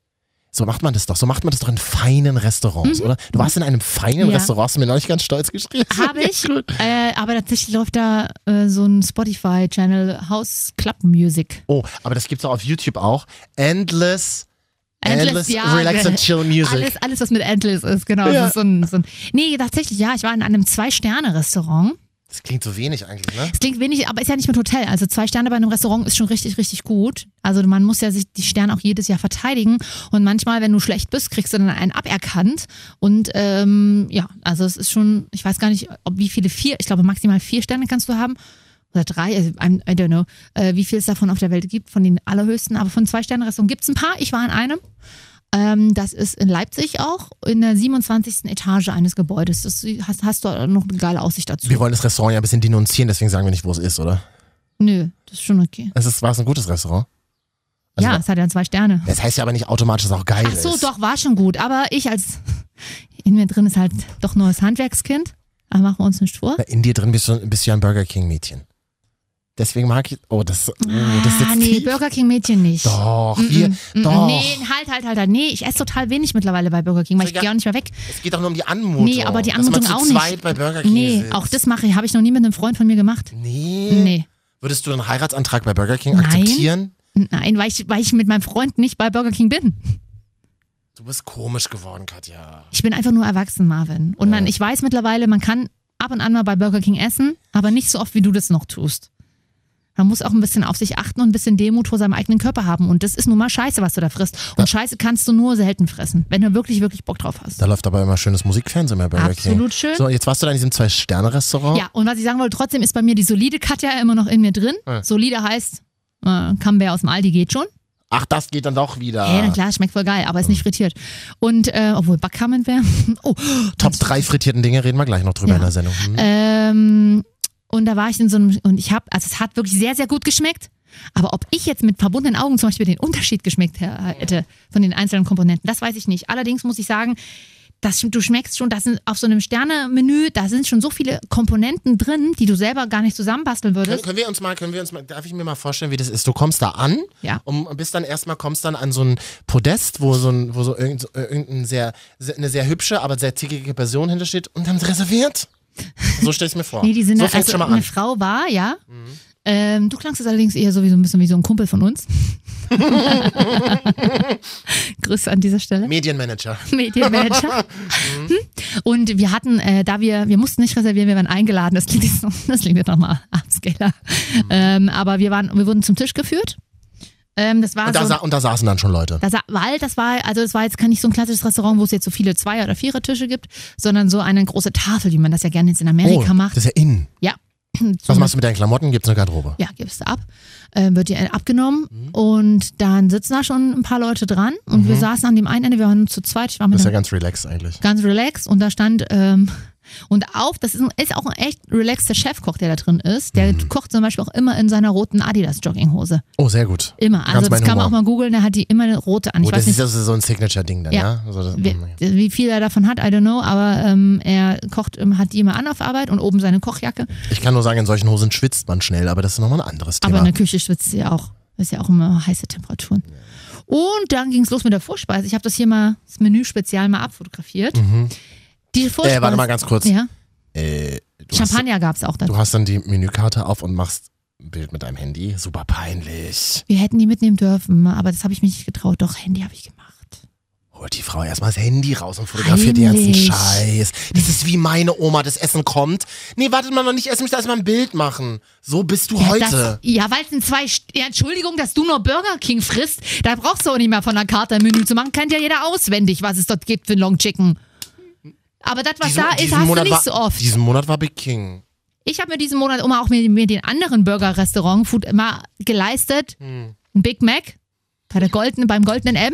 C: So macht man das doch. So macht man das doch in feinen Restaurants, oder? Du warst in einem feinen
A: Mhm. Ja.
C: Restaurant, hast du mir neulich ganz stolz geschrieben. <laughs>
A: Habe ich, äh, aber tatsächlich läuft da äh, so ein Spotify-Channel House Club Music.
C: Oh, aber das gibt's auch auf YouTube auch. Endless, endless,
A: Jahre.
C: relax and chill music.
A: Alles, alles, was mit Endless ist, genau. Das ist so ein, so ein nee, tatsächlich, ja, ich war in einem Zwei-Sterne-Restaurant.
C: Das klingt so wenig eigentlich, ne?
A: Es klingt wenig, aber ist ja nicht mit Hotel. Also zwei Sterne bei einem Restaurant ist schon richtig, richtig gut. Also man muss ja sich die Sterne auch jedes Jahr verteidigen. Und manchmal, wenn du schlecht bist, kriegst du dann einen aberkannt. Und ähm, ja, also es ist schon, ich weiß gar nicht, ob wie viele vier, ich glaube maximal vier Sterne kannst du haben. Oder drei, also I'm- I don't know, äh, wie viel es davon auf der Welt gibt, von den allerhöchsten. Aber von zwei Sterne Restaurant gibt es ein paar. Ich war in einem. Ähm, das ist in Leipzig auch, in der 27. Etage eines Gebäudes. Das hast, hast du noch eine geile Aussicht dazu.
C: Wir wollen das Restaurant ja ein bisschen denunzieren, deswegen sagen wir nicht, wo es ist, oder?
A: Nö, das ist schon okay.
C: Es ist, war es ein gutes Restaurant? Also
A: ja,
C: war-
A: es hat ja zwei Sterne.
C: Das heißt ja aber nicht automatisch, dass es auch geil
A: Ach so,
C: ist.
A: doch, war schon gut. Aber ich als <laughs> in mir drin ist halt doch neues Handwerkskind. Aber machen wir uns nicht vor.
C: Na, In dir drin bist du, bist du ja ein Burger King-Mädchen. Deswegen mag ich. Oh, das, oh, das sitzt
A: ah, nee,
C: tief.
A: Burger King Mädchen nicht.
C: Doch,
A: Mm-mm,
C: hier,
A: mm-mm.
C: doch.
A: Nee, halt, halt, halt, halt. Nee, ich esse total wenig mittlerweile bei Burger King, weil ich
C: Egal.
A: gehe auch nicht mehr weg.
C: Es geht doch nur um die Anmutung.
A: Nee, aber die Anmutung
C: dass man
A: auch
C: zu
A: nicht.
C: zweit bei Burger King
A: Nee,
C: sitzt.
A: auch das mache ich, habe ich noch nie mit einem Freund von mir gemacht.
C: Nee.
A: Nee.
C: Würdest du einen Heiratsantrag bei Burger King
A: Nein.
C: akzeptieren?
A: Nein, weil ich, weil ich mit meinem Freund nicht bei Burger King bin.
C: Du bist komisch geworden, Katja.
A: Ich bin einfach nur erwachsen, Marvin. Und man, ich weiß mittlerweile, man kann ab und an mal bei Burger King essen, aber nicht so oft, wie du das noch tust. Man muss auch ein bisschen auf sich achten und ein bisschen Demut vor seinem eigenen Körper haben. Und das ist nun mal Scheiße, was du da frisst. Und Scheiße kannst du nur selten fressen, wenn du wirklich, wirklich Bock drauf hast.
C: Da läuft aber immer schönes Musikfernsehen bei Burger King.
A: Absolut schön.
C: So, jetzt warst du da in diesem Zwei-Sterne-Restaurant.
A: Ja, und was ich sagen wollte, trotzdem ist bei mir die solide Katja immer noch in mir drin.
C: Ja.
A: Solide heißt, äh, Camembert aus dem Aldi geht schon.
C: Ach, das geht dann doch wieder.
A: Ja, na klar, schmeckt voll geil, aber ist nicht frittiert. Und äh, obwohl Backcamembert, <laughs> oh,
C: Top drei frittierten Dinge reden wir gleich noch drüber
A: Ja.
C: in der Sendung. Hm.
A: Ähm, und da war ich in so einem, und ich habe, also es hat wirklich sehr, sehr gut geschmeckt. Aber ob ich jetzt mit verbundenen Augen zum Beispiel den Unterschied geschmeckt hä- hätte von den einzelnen Komponenten, das weiß ich nicht. Allerdings muss ich sagen, das, stimmt, du schmeckst schon, das sind auf so einem Sterne-Menü, da sind schon so viele Komponenten drin, die du selber gar nicht zusammenbasteln
C: Können,
A: würdest.
C: können wir uns mal, können wir uns mal, darf ich mir mal vorstellen, wie das ist? Du kommst da an
A: Ja.
C: und bist dann erstmal, kommst dann an so ein Podest, wo so ein, wo so irgend- so äh, irgendein sehr, sehr, eine sehr hübsche, aber sehr tickige Person hintersteht und haben sie reserviert. So stell ich mir
A: <laughs>
C: vor.
A: Nee, die sind
C: genau. so
A: da-
C: fängt's
A: also
C: schon mal
A: eine
C: an. Mhm.
A: Frau war, ja. Ähm, du klangst jetzt allerdings eher sowieso ein bisschen wie so ein Kumpel von
C: <laughs>
A: uns. <laughs> Grüße an dieser Stelle.
C: Medienmanager.
A: <laughs>
C: <laughs>
A: Medienmanager. Hm? Und wir hatten, äh, da wir, wir mussten nicht reservieren, wir waren eingeladen. Das klingt jetzt, noch- <laughs> das klingt jetzt nochmal upscaler.
C: Mhm.
A: Ähm, aber wir waren, wir wurden zum Tisch geführt. Ähm, das war
C: Und da,
A: so,
C: sa und da saßen dann schon Leute.
A: da sa- weil das war, also das war jetzt kein nicht so ein klassisches Restaurant, wo es jetzt so viele Zweier- oder Vierer-Tische gibt, sondern so eine große Tafel, wie man das ja gerne jetzt in Amerika
C: oh,
A: macht.
C: Das ist ja innen.
A: <clears throat>
C: Was
A: So
C: machst du mit deinen Klamotten? Gibt's eine Garderobe?
A: ja, gibst du ab, äh, wird dir abgenommen
C: Mhm.
A: und dann sitzen da schon ein paar Leute dran und wir saßen an dem einen Ende, wir waren zu zweit, ich war mit
C: Das ist ja
A: einem
C: ganz relaxed eigentlich.
A: ganz relaxed und da stand ähm, und auf, das ist, ein- ist auch ein echt relaxter Chefkoch, der da drin ist, der
C: Mhm.
A: kocht zum Beispiel auch immer in seiner roten Adidas Jogginghose,
C: Oh, sehr gut.
A: immer, also
C: Ganz
A: das
C: meine
A: kann man auch
C: Humor.
A: mal googeln, der hat die immer eine rote an, ich
C: Oh,
A: weiß
C: das
A: nicht,
C: ist also so ein Signature-Ding dann, ja?
A: Ja.
C: Also das,
A: wie,
C: ja.
A: wie viel er davon hat, I don't know, aber ähm, er kocht, ähm, hat die immer an auf Arbeit und oben seine Kochjacke,
C: Ich kann nur sagen, in solchen Hosen schwitzt man schnell, aber das ist nochmal ein anderes
A: aber
C: Thema.
A: in der Küche schwitzt sie ja auch, ist ja auch immer heiße Temperaturen. Und dann ging es los mit der Vorspeise. Ich habe das hier mal, das Menü spezial mal abfotografiert.
C: Mhm.
A: Die Vorspeise.
C: äh, warte mal ganz kurz.
A: Ja,
C: Äh, du hast-
A: Champagner gab es auch dazu.
C: Du hast dann die Menükarte auf und machst ein Bild mit deinem Handy. Super peinlich.
A: Wir hätten die mitnehmen dürfen, aber das habe ich mich nicht getraut. Doch, Handy habe ich gemacht.
C: Holt die Frau erstmal das Handy raus und fotografiert den ganzen
A: Peinlich.
C: Scheiß. Das ist wie meine Oma, das Essen kommt. Nee, wartet mal noch nicht, essen mich da erstmal ein Bild machen. So bist du
A: Ja, das-
C: heute.
A: ja weil es sind zwei. St ja, Entschuldigung, dass du nur Burger King frisst. Da brauchst du auch nicht mehr von der Karte ein Menü zu machen. Kennt ja jeder auswendig, was es dort gibt für Long Chicken. Aber das, was
C: Diesen-
A: da ist,
C: diesen
A: hast
C: Monat
A: du nicht so
C: war,
A: oft.
C: Diesen Monat war Big King.
A: Ich habe mir diesen Monat immer auch mir, mir den anderen Burger-Restaurant Food immer geleistet.
C: Hm.
A: Ein Big Mac bei der goldenen, beim goldenen M,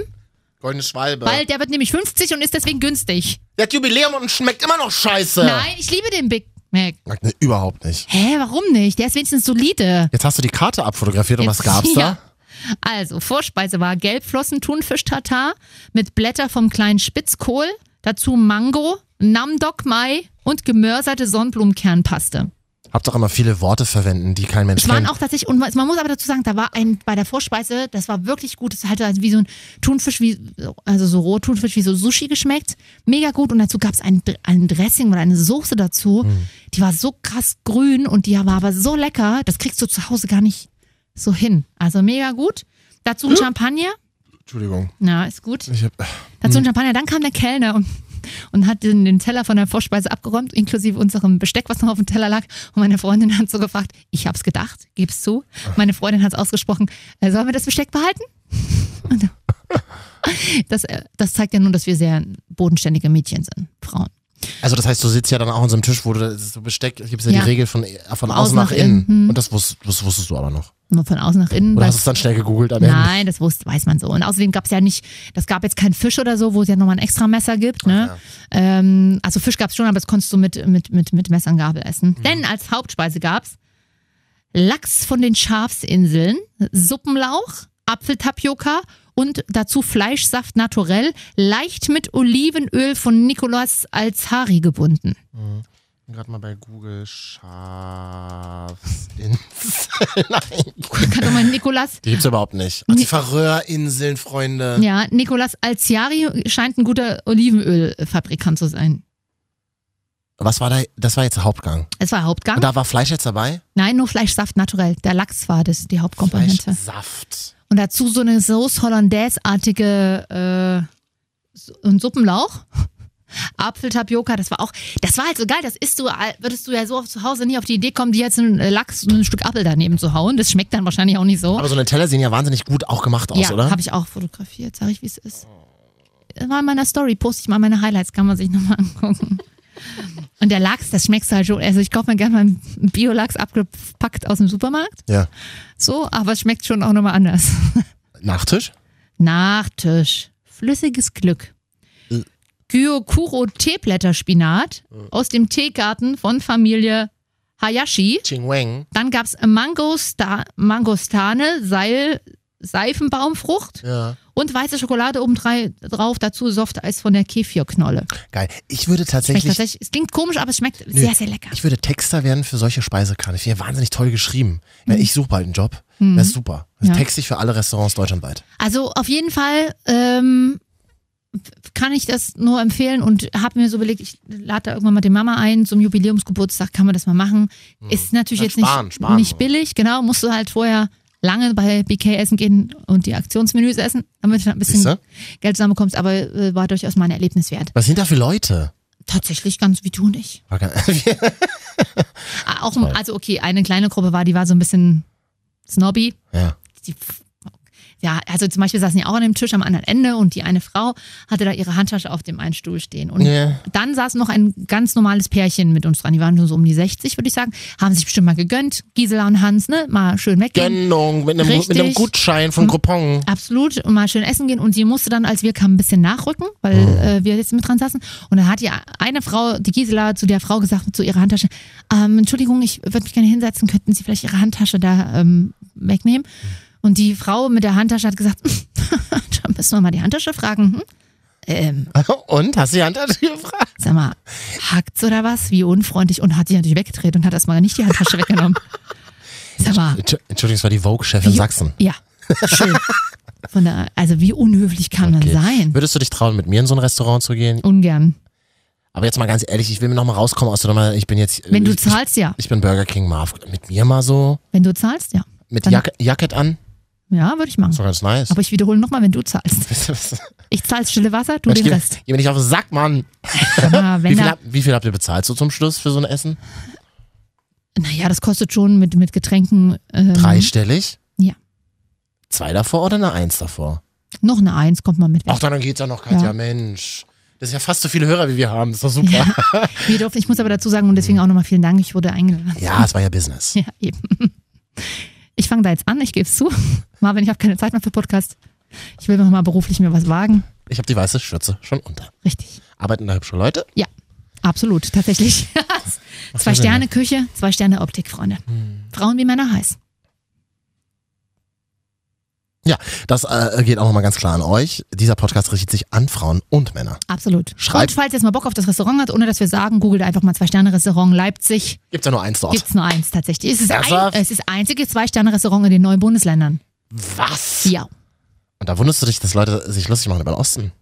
C: Goldene Schwalbe.
A: weil der wird nämlich 50 und ist deswegen günstig.
C: Der hat Jubiläum und schmeckt immer noch scheiße.
A: Nein, ich liebe den Big Mac.
C: Mag ne, überhaupt nicht.
A: Hä, warum nicht? Der ist wenigstens solide.
C: Jetzt hast du die Karte abfotografiert und was
A: Jetzt- <laughs>
C: gab's da?
A: Also, Vorspeise war Gelbflossen Thunfisch-Tatar mit Blätter vom kleinen Spitzkohl, dazu Mango, Namdok Mai und gemörserte Sonnenblumenkernpaste.
C: Hab doch immer viele Worte verwenden, die kein Mensch
A: Es waren
C: kennt.
A: auch tatsächlich, und man muss aber dazu sagen, da war ein, bei der Vorspeise, das war wirklich gut. Das hatte also wie so ein Thunfisch, wie, also so Rohthunfisch, wie so Sushi geschmeckt. Mega gut. Und dazu gab es ein, Dr- ein Dressing oder eine Soße dazu. Die war so krass grün und die war aber so lecker, das kriegst du zu Hause gar nicht so hin. Also mega gut. Dazu ein Champagner.
C: Entschuldigung.
A: Na, ist gut.
C: Ich hab,
A: Dazu ein
C: Hm.
A: Champagner. Dann kam der Kellner und, und hat den, den Teller von der Vorspeise abgeräumt, inklusive unserem Besteck, was noch auf dem Teller lag. Und meine Freundin hat so gefragt, ich hab's gedacht, gib's zu. Meine Freundin hat's ausgesprochen, äh, sollen wir das Besteck
C: <laughs>
A: behalten? Und- Das, äh, das zeigt ja nun, dass wir sehr bodenständige Mädchen sind, Frauen.
C: Also das heißt, du sitzt ja dann auch an so einem Tisch, wo du das so Besteck, gibt ja
A: Ja.
C: die Regel von, äh, von
A: außen
C: außen nach
A: nach
C: innen.
A: innen, hm.
C: Und das, wusst, das wusstest du aber noch.
A: Nur von außen nach innen.
C: Oder
A: weil-
C: hast du es dann schnell gegoogelt am Ende?
A: Nein, das wusste, weiß man so. Und außerdem gab es ja nicht, das gab jetzt keinen Fisch oder so, wo es ja nochmal ein extra Messer gibt. Ne? ähm, also Fisch gab es schon, aber das konntest du mit, mit, mit, mit Messer und Gabel essen. Denn als Hauptspeise gab es Lachs von den Schafsinseln, Suppenlauch, Apfeltapioca und dazu Fleischsaft naturell, leicht mit Olivenöl von Nicolas Alzari gebunden. <laughs>
C: Hm. Ich bin gerade mal bei Google Schafsinsel. <laughs> Nein.
A: Kann doch mal Nicolas
C: Die gibt's überhaupt nicht. Ach, die Färöerinseln, Freunde.
A: Ja, Nicolas Alziari scheint ein guter Olivenölfabrikant zu sein.
C: Was war da? Das war jetzt der Hauptgang.
A: Es war Hauptgang.
C: Und da war Fleisch jetzt dabei?
A: Nein, nur Fleischsaft naturell. Der Lachs war das, die Hauptkomponente.
C: Fleischsaft.
A: Und dazu so eine Sauce Hollandaise-artige äh, Su- und Suppenlauch. <laughs> Apfeltapioca, das war auch, das war halt so geil, das isst du, all- würdest du ja so zu Hause nie auf die Idee kommen, dir jetzt einen äh, Lachs und ein Stück Apfel daneben zu hauen. Das schmeckt dann wahrscheinlich auch nicht so.
C: Aber so eine Teller sehen ja wahnsinnig gut auch gemacht aus,
A: ja,
C: oder?
A: habe ich auch fotografiert, sag ich, wie es ist. Äh, War in meiner Story, poste ich mal meine Highlights, kann man sich nochmal angucken. und der Lachs, das schmeckst du halt schon, also ich kaufe mir gerne mal einen Biolachs abgepackt aus dem Supermarkt.
C: ja.
A: So, aber es schmeckt schon auch nochmal anders.
C: Nachtisch?
A: Nachtisch. Flüssiges Glück.
C: Äh.
A: Gyokuro Teeblätterspinat aus dem Teegarten von Familie Hayashi.
C: Ching Wang.
A: Dann gab's Mangosta Mangostane, Seil, Seifenbaumfrucht
C: Ja.
A: und weiße Schokolade oben drei- drauf, dazu Softeis von der Kefirknolle.
C: Geil. Ich würde
A: Schmeckt
C: tatsächlich,
A: tatsächlich, es klingt komisch, aber es schmeckt sehr, sehr lecker.
C: ich würde Texter werden für solche Speisekarten. Ich finde ja wahnsinnig toll geschrieben. Ja, ich suche bald einen Job. Das ist super. Das
A: Mhm. Ja.
C: texte ich für alle Restaurants deutschlandweit.
A: Mhm. Also auf jeden Fall ähm, kann ich das nur empfehlen und habe mir so überlegt, ich lade da irgendwann mal die Mama ein, zum Jubiläumsgeburtstag kann man das mal machen.
C: Mhm.
A: Ist natürlich
C: Dann
A: jetzt nicht,
C: sparen, sparen.
A: nicht billig, genau, musst du halt vorher lange bei BK essen gehen und die Aktionsmenüs essen, damit du ein bisschen
C: Siehste?
A: Geld zusammenbekommst, aber äh, war durchaus mal ein Erlebnis wert.
C: Was sind da für Leute?
A: Tatsächlich ganz wie du nicht.
C: War gar- Wir-
A: Ah, Auch, also okay, eine kleine Gruppe war, die war so ein bisschen snobby.
C: <laughs> ja.
A: die, ja, also zum Beispiel saßen die auch an dem Tisch am anderen Ende und die eine Frau hatte da ihre Handtasche auf dem einen Stuhl stehen. Und
C: Ja.
A: dann saß noch ein ganz normales Pärchen mit uns dran. Die waren schon so um die 60, würde ich sagen. Haben sich bestimmt mal gegönnt. Gisela und Hans, ne? Mal schön weggehen.
C: Gönnung mit einem, mit einem
A: Richtig. Mhm.
C: Gutschein von Coupon.
A: Absolut, und mal schön essen gehen. Und sie musste dann, als wir kamen, ein bisschen nachrücken, weil
C: Oh.
A: äh, wir jetzt mit dran saßen. Und dann hat die eine Frau, die Gisela, zu der Frau gesagt, zu ihrer Handtasche, ähm, Entschuldigung, ich würde mich gerne hinsetzen, könnten Sie vielleicht Ihre Handtasche da ähm, wegnehmen?
C: Hm.
A: Und die Frau mit der Handtasche hat gesagt, <laughs> da müssen wir mal die Handtasche fragen. Hm? Ähm,
C: <laughs> Und? Hast du die Hand dazu gefragt?
A: sag mal, hackt's oder was? Wie unfreundlich. Und hat die natürlich weggedreht und hat erstmal nicht die Handtasche
C: <laughs>
A: weggenommen. Sag mal,
C: Entschu- Entschuldigung, es war die Vogue-Chefin
A: Wie-
C: Sachsen.
A: ja, schön. Von der, also wie unhöflich kann
C: Okay.
A: man sein? Oh.
C: Würdest du dich trauen, mit mir in so ein Restaurant zu gehen?
A: Ungern.
C: Aber jetzt mal ganz ehrlich, ich will mir nochmal rauskommen aus der Nummer. Ich bin jetzt.
A: Wenn du
C: ich, ich,
A: zahlst, ja.
C: ich bin Burger King Marv. Mit mir mal so.
A: Wenn du zahlst, ja.
C: Mit
A: Dann-
C: Jack Jacket an.
A: Ja, würde ich
C: Ist
A: machen.
C: doch ganz nice. <laughs>
A: Aber ich wiederhole nochmal, wenn du zahlst. Ich zahle das stille Wasser, du
C: ich
A: den
C: geh,
A: Rest.
C: geh mir nicht auf den Sack, Mann. <laughs>
A: Aber
C: Wie
A: wenn
C: viel,
A: da,
C: hab, wie viel habt ihr bezahlt so zum Schluss für so ein Essen?
A: naja, das kostet schon mit, mit Getränken. Ähm,
C: Dreistellig?
A: Ja.
C: Zwei davor oder eine Eins davor?
A: Noch eine Eins kommt mal mit.
C: Ach, dann geht's ja noch, Katja.
A: Ja.
C: Mensch. Das ist ja fast so viele Hörer, wie wir haben. Ist doch super.
A: Ja. Wir durften, ich muss aber dazu sagen und deswegen auch nochmal vielen Dank, ich wurde eingeladen.
C: <laughs>
A: <laughs>
C: Ja, es war ja Business.
A: Ja, eben. Ich fange da jetzt an, ich gebe es zu. <laughs> Marvin, ich habe keine Zeit mehr für Podcast. Ich will mir mal beruflich mir was wagen.
C: Ich habe die weiße Schürze schon unter.
A: Richtig.
C: Arbeiten da hübsche Leute?
A: Ja, absolut, tatsächlich. <laughs> zwei
C: Sinn,
A: Sterne Küche, zwei Sterne Optik, Freunde.
C: Hm.
A: Frauen wie Männer heiß.
C: Ja, das äh, geht auch nochmal ganz klar an euch. Dieser Podcast richtet sich an Frauen und Männer.
A: Absolut.
C: Schreibt-
A: Und falls ihr jetzt mal Bock auf das Restaurant habt, ohne dass wir sagen, googelt einfach mal Zwei-Sterne-Restaurant Leipzig.
C: Gibt's ja nur eins dort.
A: Gibt's nur eins tatsächlich. Es ist, ein,
C: Ernsthaft?
A: es ist einziges Zwei-Sterne-Restaurant in den neuen Bundesländern.
C: Was?
A: Ja.
C: Und da wunderst du dich, dass Leute sich lustig machen über den Osten.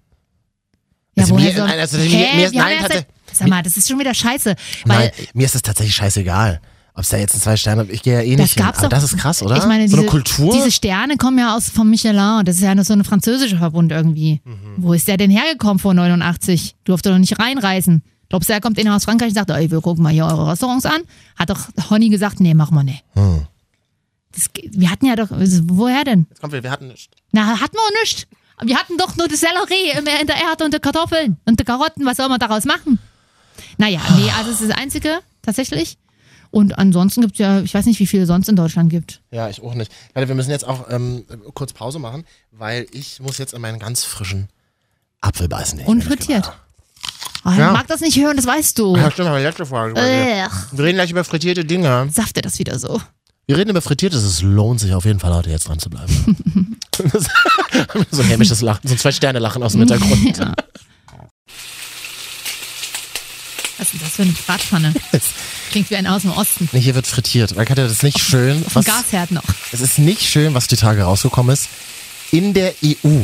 A: Ja,
C: Also mir-
A: soll-
C: nein, also mir-
A: wir
C: mir- nein,
A: haben ja erst-
C: tatsächlich-
A: Sag mal, das ist schon wieder scheiße.
C: Nein,
A: Weil
C: mir ist das tatsächlich scheißegal. Ob es da jetzt ein zwei Sterne gibt, ich gehe ja eh
A: das
C: nicht hin.
A: gab's
C: Aber
A: doch.
C: das ist krass, oder?
A: Ich meine,
C: so
A: diese,
C: eine Kultur.
A: diese Sterne kommen ja aus von Michelin. Das ist ja nur so ein französischer Verbund irgendwie.
C: Mhm.
A: Wo ist der denn hergekommen vor 89? Durfte doch nicht reinreisen. Glaubst du, er kommt in aus Frankreich und sagt, ey, wir gucken mal hier eure Restaurants an? Hat doch Honey gesagt, nee, machen wir nicht.
C: Hm.
A: Das, ge- wir hatten ja doch, also woher denn?
C: Jetzt kommt, wir, wir hatten nichts.
A: Na, hatten wir auch nicht. Wir hatten doch nur die Sellerie immer in der Erde und die Kartoffeln und die Karotten. Was soll man daraus machen? Naja, nee,
C: Ah.
A: also es ist das Einzige, tatsächlich. Und ansonsten gibt es ja, ich weiß nicht, wie viele sonst in Deutschland gibt.
C: Ja, ich auch nicht. Leute, wir müssen jetzt auch ähm, kurz Pause machen, weil ich muss jetzt in meinen ganz frischen Apfel beißen. den ich genau.
A: Und
C: mir mitgebracht
A: frittiert.
C: habe.
A: Oh, ich
C: Ja.
A: mag das nicht hören, das weißt du.
C: Ja, stimmt, aber letzte Frage.
A: Äh,
C: Wir reden gleich über frittierte Dinge.
A: safte das wieder so.
C: Wir reden über Frittiertes, es lohnt sich auf jeden Fall, heute jetzt dran zu bleiben. <laughs> Das- so ein hämisches Lachen, so ein Zwei-Sterne-Lachen
A: <laughs>
C: aus dem Hintergrund.
A: Ja. Was ist denn das für eine
C: <laughs>
A: Bratpfanne? Klingt wie ein aus dem Osten.
C: Nee, hier wird frittiert. Weil Katja, das ist nicht schön.
A: Auf dem
C: Was,
A: Gasherd noch.
C: es ist nicht schön, was die Tage rausgekommen ist. In der EU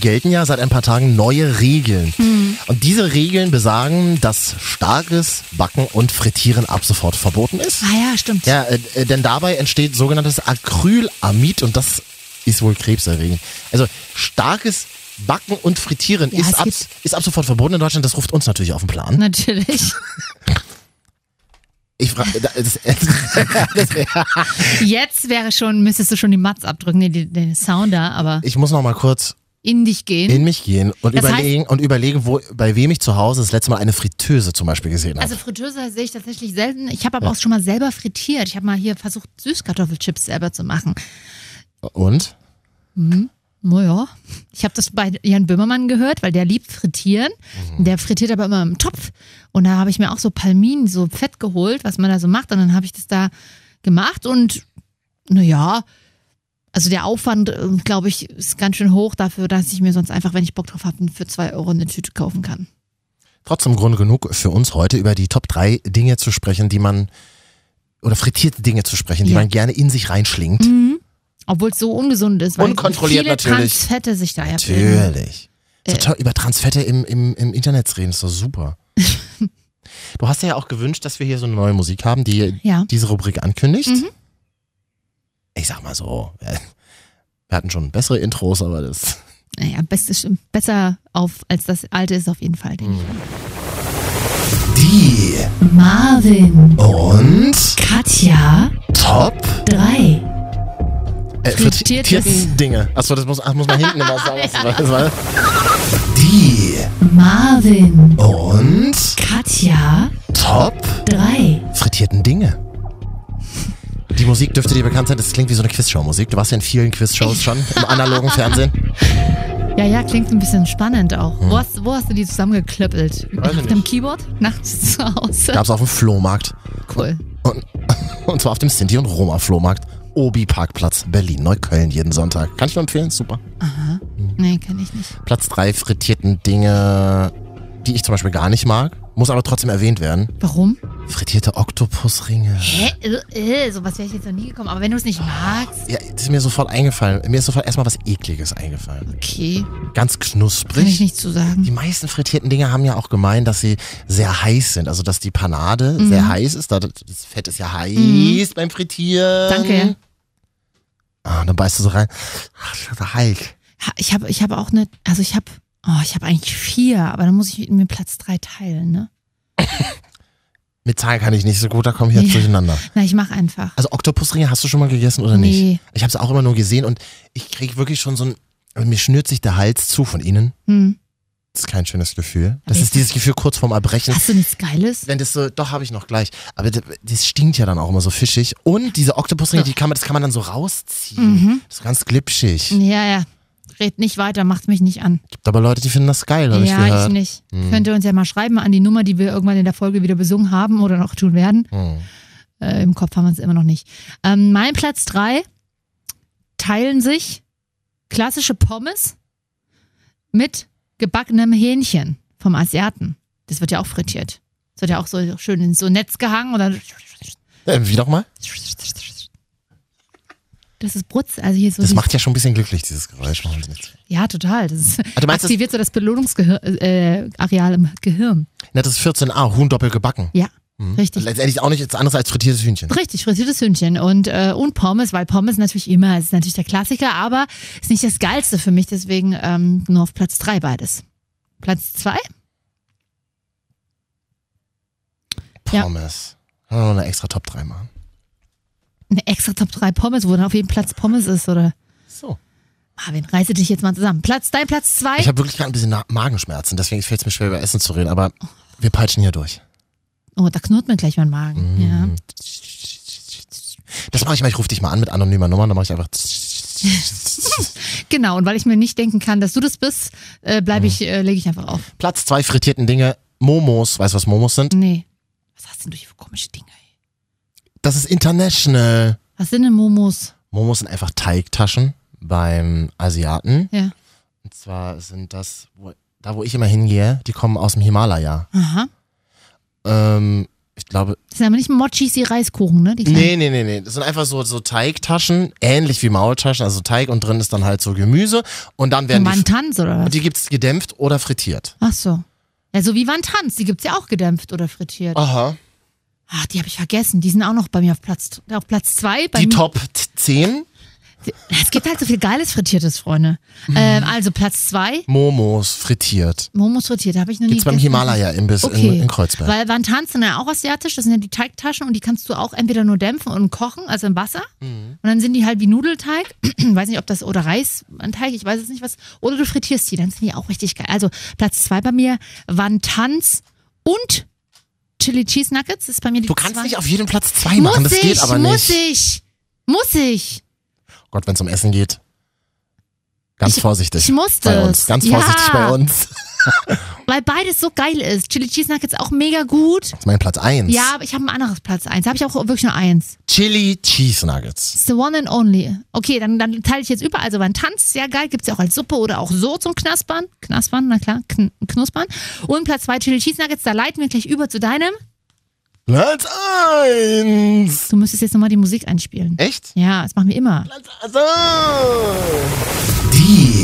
C: gelten ja seit ein paar Tagen neue Regeln.
A: Hm.
C: Und diese Regeln besagen, dass starkes Backen und Frittieren ab sofort verboten ist.
A: Ah ja, stimmt.
C: <laughs> Ja, äh, äh, denn dabei entsteht sogenanntes Acrylamid und das ist wohl krebserregend. Also starkes Backen und Frittieren
A: Ja, es
C: ist, ab,
A: gibt-
C: ist ab sofort verboten in Deutschland. Das ruft uns natürlich auf den Plan.
A: Natürlich.
C: Ich fra- <laughs> da- das,
A: <laughs> Jetzt wäre schon, müsstest du schon die Mats abdrücken, nee, die- den Sound da, aber
C: ich muss noch mal kurz
A: in dich gehen.
C: in mich gehen und
A: Das heißt-
C: überlegen, und überlegen wo, bei wem ich zu Hause das letzte Mal eine Fritteuse zum Beispiel gesehen habe.
A: also Fritteuse sehe ich tatsächlich selten. Ich habe aber auch schon mal selber frittiert. Ich habe mal hier versucht, Süßkartoffelchips selber zu machen.
C: und?
A: Naja, ich habe das bei Jan Böhmermann gehört, weil der liebt frittieren.
C: Mhm.
A: Der frittiert aber immer im Topf. Und da habe ich mir auch so Palmin, so Fett geholt, was man da so macht. Und dann habe ich das da gemacht und naja, Also der Aufwand, glaube ich, ist ganz schön hoch dafür, dass ich mir sonst einfach, wenn ich Bock drauf habe, für zwei Euro eine Tüte kaufen kann.
C: Trotzdem Grund genug für uns heute über die Top 3 Dinge zu sprechen, die man oder frittierte Dinge zu sprechen, die
A: Ja. Mhm.
C: man gerne in sich reinschlingt.
A: Obwohl es so ungesund ist, weil
C: Mhm. Unkontrolliert
A: viele
C: natürlich.
A: Transfette sich da ja Äh. bilden.
C: Natürlich. So toll, über Transfette im, im, im Internet zu reden, ist
A: <laughs>
C: doch super. du hast dir ja auch gewünscht, dass wir hier so eine neue Musik haben, die
A: Ja.
C: diese Rubrik ankündigt.
A: Mhm.
C: Ich sag mal so, wir wir hatten schon bessere Intros, aber das.
A: Naja, best ist, besser auf als das alte ist auf jeden Fall. denke
C: Die
A: ich. Mhm. Marvin,
C: und
A: Katja,
C: Top
A: 3.
C: äh,
A: Frittiertes.
C: frittierten Dinge. Achso, das muss, ach, muss man hinten immer sagen. Das war, die
A: Marvin,
C: und
A: Katja,
C: Top
A: 3.
C: frittierten Dinge. Die Musik dürfte dir bekannt sein, das klingt wie so eine Quizshow-Musik. Du warst ja in vielen Quizshows schon, im analogen Fernsehen.
A: Ja, ja, klingt ein bisschen spannend auch. Wo, hast, wo hast du die zusammengeklöppelt?
C: Weiß ich
A: auf dem Keyboard? Nachts <laughs> zu Hause?
C: Gab's auf dem Flohmarkt.
A: Cool.
C: Und, und zwar auf dem Sinti- und Roma-Flohmarkt. Obi-Parkplatz, Berlin-Neukölln, jeden Sonntag. Kann ich nur empfehlen, super.
A: Nee, kann ich nicht.
C: Platz drei frittierten Dinge, die ich zum Beispiel gar nicht mag, muss aber trotzdem erwähnt werden.
A: Warum?
C: Frittierte Oktopusringe.
A: Hä? Äh, äh, sowas wäre ich jetzt noch nie gekommen. Aber wenn du es nicht magst,
C: Ja, das ist mir sofort eingefallen. Mir ist sofort erstmal was Ekliges eingefallen.
A: okay.
C: Ganz
A: Kann ich
C: knusprig.
A: nicht zu sagen.
C: Die meisten frittierten Dinge haben ja auch gemein, dass sie sehr heiß sind. Also, dass die Panade
A: Mhm.
C: sehr heiß ist. Da- Das Fett ist ja heiß beim Frittieren.
A: Danke.
C: Ah, dann beißt du so rein. Ach, das ist heiß.
A: Ha- Ich habe ich hab auch eine, also ich habe, oh, ich habe eigentlich vier, aber dann muss ich mir Platz drei teilen, ne?
C: Mit Zahlen kann ich nicht so gut, da komme ich jetzt
A: Ja.
C: durcheinander.
A: Na, ich mache einfach.
C: Also, Oktopusringe hast du schon mal gegessen oder nicht?
A: Nee.
C: Ich habe es auch immer nur gesehen und ich kriege wirklich schon so ein. also Mir schnürt sich der Hals zu von ihnen.
A: Hm.
C: Das ist kein schönes Gefühl. Das
A: Aber
C: ist dieses Gefühl kurz vorm Erbrechen.
A: Hast du nichts Geiles?
C: Wenn das so, doch habe ich noch gleich. Aber das, das stinkt ja dann auch immer so fischig. Und diese Oktopusringe, die kann man, das kann man dann so rausziehen.
A: Mhm.
C: Das ist ganz glitschig.
A: Ja, ja. Red nicht weiter, macht mich nicht an.
C: Gibt aber Leute, die finden das geil, habe ich
A: ja,
C: gehört.
A: ich nicht.
C: Hm.
A: Könnt ihr uns ja mal schreiben an die Nummer, die wir irgendwann in der Folge wieder besungen haben oder noch tun werden.
C: Hm.
A: Äh, Im Kopf haben wir es immer noch nicht. Ähm, mein Platz drei teilen sich klassische Pommes mit gebackenem Hähnchen vom Asiaten. Das wird ja auch frittiert. Das wird ja auch so schön in so Netz gehangen oder.
C: Äh, wie nochmal?
A: Das ist Brutz, also hier so.
C: Das
A: die-
C: macht ja schon ein bisschen glücklich, dieses Geräusch. machen wir nicht.
A: ja, total. Das ist
C: Ah, du meinst, das,
A: aktiviert so das Belohnungsareal äh, Areal im Gehirn.
C: na, ne, das ist 14a, Huhn doppelt gebacken.
A: Ja,
C: Hm.
A: richtig.
C: Letztendlich auch nichts anderes als frittiertes Hühnchen.
A: Richtig, frittiertes Hühnchen und, äh, und Pommes, weil Pommes natürlich immer ist natürlich der Klassiker, aber ist nicht das Geilste für mich, deswegen ähm, nur auf Platz drei beides. Platz zwei Ja.
C: Pommes. Kann man noch eine extra Top 3 machen.
A: Eine extra Top drei Pommes, wo dann auf jedem Platz Pommes ist, oder?
C: So.
A: Marvin, reiße dich jetzt mal zusammen. Platz, dein Platz zwei
C: Ich habe wirklich gerade ein bisschen Na- Magenschmerzen, deswegen fällt es mir schwer, über Essen zu reden, aber wir peitschen hier durch.
A: Oh, da knurrt mir gleich mein Magen.
C: Mm.
A: Ja.
C: Das mache ich mal, ich rufe dich mal an mit anonymer Nummer, dann mache ich einfach.
A: <laughs> Genau, und weil ich mir nicht denken kann, dass du das bist, äh, bleibe
C: Mm.
A: ich, äh, lege ich einfach auf.
C: Platz zwei frittierten Dinge. Momos, weißt du, was Momos sind?
A: Nee. Was hast denn du hier für komische Dinge? Ey?
C: Das ist international.
A: Was sind denn Momos?
C: Momos sind einfach Teigtaschen beim Asiaten.
A: Ja.
C: Und zwar sind das, wo, da wo ich immer hingehe, die kommen aus dem Himalaya.
A: Aha.
C: Ähm, ich glaube,
A: Das sind aber nicht Mochis, die Reiskuchen, ne? Die kleinen.
C: Nee, nee, nee, nee. Das sind einfach so, so Teigtaschen, ähnlich wie Maultaschen, also Teig und drin ist dann halt so Gemüse und dann werden die,
A: Wantans oder was?
C: und die gibt's gedämpft oder frittiert.
A: Ach so. Ja, so wie Wantans, die gibt's ja auch gedämpft oder frittiert.
C: Aha.
A: Ach, die habe ich vergessen. Die sind auch noch bei mir auf Platz auf Platz zwei. Bei
C: Die
A: mir-
C: Top 10
A: Es gibt halt so viel geiles frittiertes, Freunde.
C: Mhm.
A: Ähm, also Platz zwei,
C: Momos frittiert.
A: Momos frittiert, habe ich noch nie
C: Gibt's beim
A: gegessen.
C: Himalaya-Imbiss
A: Okay.
C: in, in Kreuzberg.
A: Weil Wantans sind ja auch asiatisch, das sind ja die Teigtaschen und die kannst du auch entweder nur dämpfen und kochen, also im Wasser.
C: Mhm.
A: Und dann sind die halt wie Nudelteig, <clears throat> weiß nicht, ob das, oder Reisteig, ich weiß es nicht was. Oder du frittierst die, dann sind die auch richtig geil. Also Platz zwei bei mir, Wantans und Chili Cheese Nuggets ist bei mir die
C: du kannst
A: zwei.
C: nicht auf jedem Platz 2
A: muss
C: machen, das
A: ich,
C: geht aber
A: muss
C: nicht.
A: ich, muss ich.
C: Gott, wenn's um Essen geht. Ganz
A: Ich-
C: vorsichtig.
A: Ich muss das.
C: bei uns. <laughs> Ganz vorsichtig
A: ja.
C: bei uns.
A: Weil beides so geil ist. Chili Cheese Nuggets auch mega gut.
C: Das ist mein Platz 1.
A: Ja, aber ich habe ein anderes Platz eins. Da habe ich auch wirklich nur eins.
C: Chili Cheese Nuggets.
A: It's the one and only. Okay, dann, dann teile ich jetzt überall so meinen Tanz. Sehr geil. Gibt es ja auch als Suppe oder auch so zum Knaspern. Knaspern, na klar, kn knuspern. Und Platz zwei Chili Cheese Nuggets. Da leiten wir gleich über zu deinem.
C: Platz 1.
A: Du müsstest jetzt nochmal die Musik einspielen.
C: Echt?
A: Ja, das machen wir immer.
C: Also.
E: Die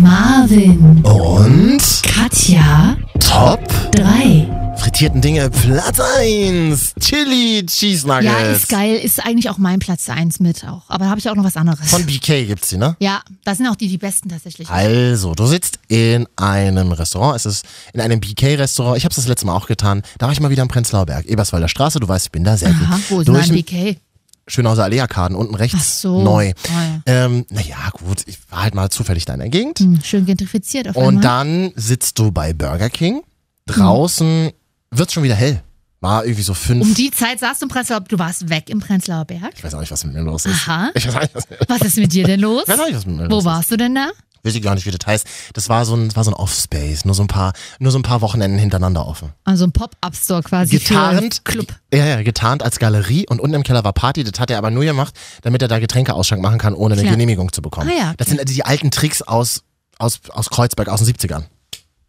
A: Marvin,
E: und
A: Katja,
C: Top.
A: drei.
C: Frittierten Dinge. Platz 1. Chili Cheese Nuggets.
A: Ja, ist geil. Ist eigentlich auch mein Platz eins mit auch. Aber da habe ich auch noch was anderes.
C: Von BK gibt's die, ne?
A: ja, da sind auch die, die besten tatsächlich.
C: Also, du sitzt in einem Restaurant, es ist in einem BK-Restaurant. Ich habe es das letzte Mal auch getan. Da war ich mal wieder im Prenzlauer Berg, Eberswalder Straße, du weißt, ich bin da selten.
A: Aha, wo ist
C: Durch
A: mein BK?
C: Schönhauser Allee-Arkaden, unten
A: Ach
C: rechts,
A: so.
C: neu.
A: Ah, ja.
C: Ähm, naja, gut, ich war halt mal zufällig da in der Gegend.
A: Hm, Schön gentrifiziert auf
C: Und
A: einmal.
C: dann sitzt du bei Burger King. Draußen wird's schon wieder hell. War irgendwie so fünf.
A: um die Zeit saß du im Prenzlauer Du warst weg im Prenzlauer Berg.
C: ich weiß auch nicht, was mit mir los ist.
A: Aha.
C: Ich weiß auch nicht, was, ich
A: Was ist mit dir denn los?
C: weiß auch nicht, was mit mir los
A: Wo
C: ist.
A: warst du denn da?
C: Weiß ich gar nicht, wie das heißt. Das war so ein, war so ein Off-Space, nur so ein paar, nur so ein paar Wochenenden hintereinander offen.
A: Also ein Pop-Up-Store quasi. für
C: getarnt.
A: Club.
C: Ja, ja, getarnt als Galerie und unten im Keller war Party. Das hat er aber nur gemacht, damit er da Getränkeausschank machen kann, ohne eine
A: Klar.
C: Genehmigung zu bekommen.
A: Ah ja, okay.
C: Das sind also die alten Tricks aus, aus, aus Kreuzberg aus den 70ern.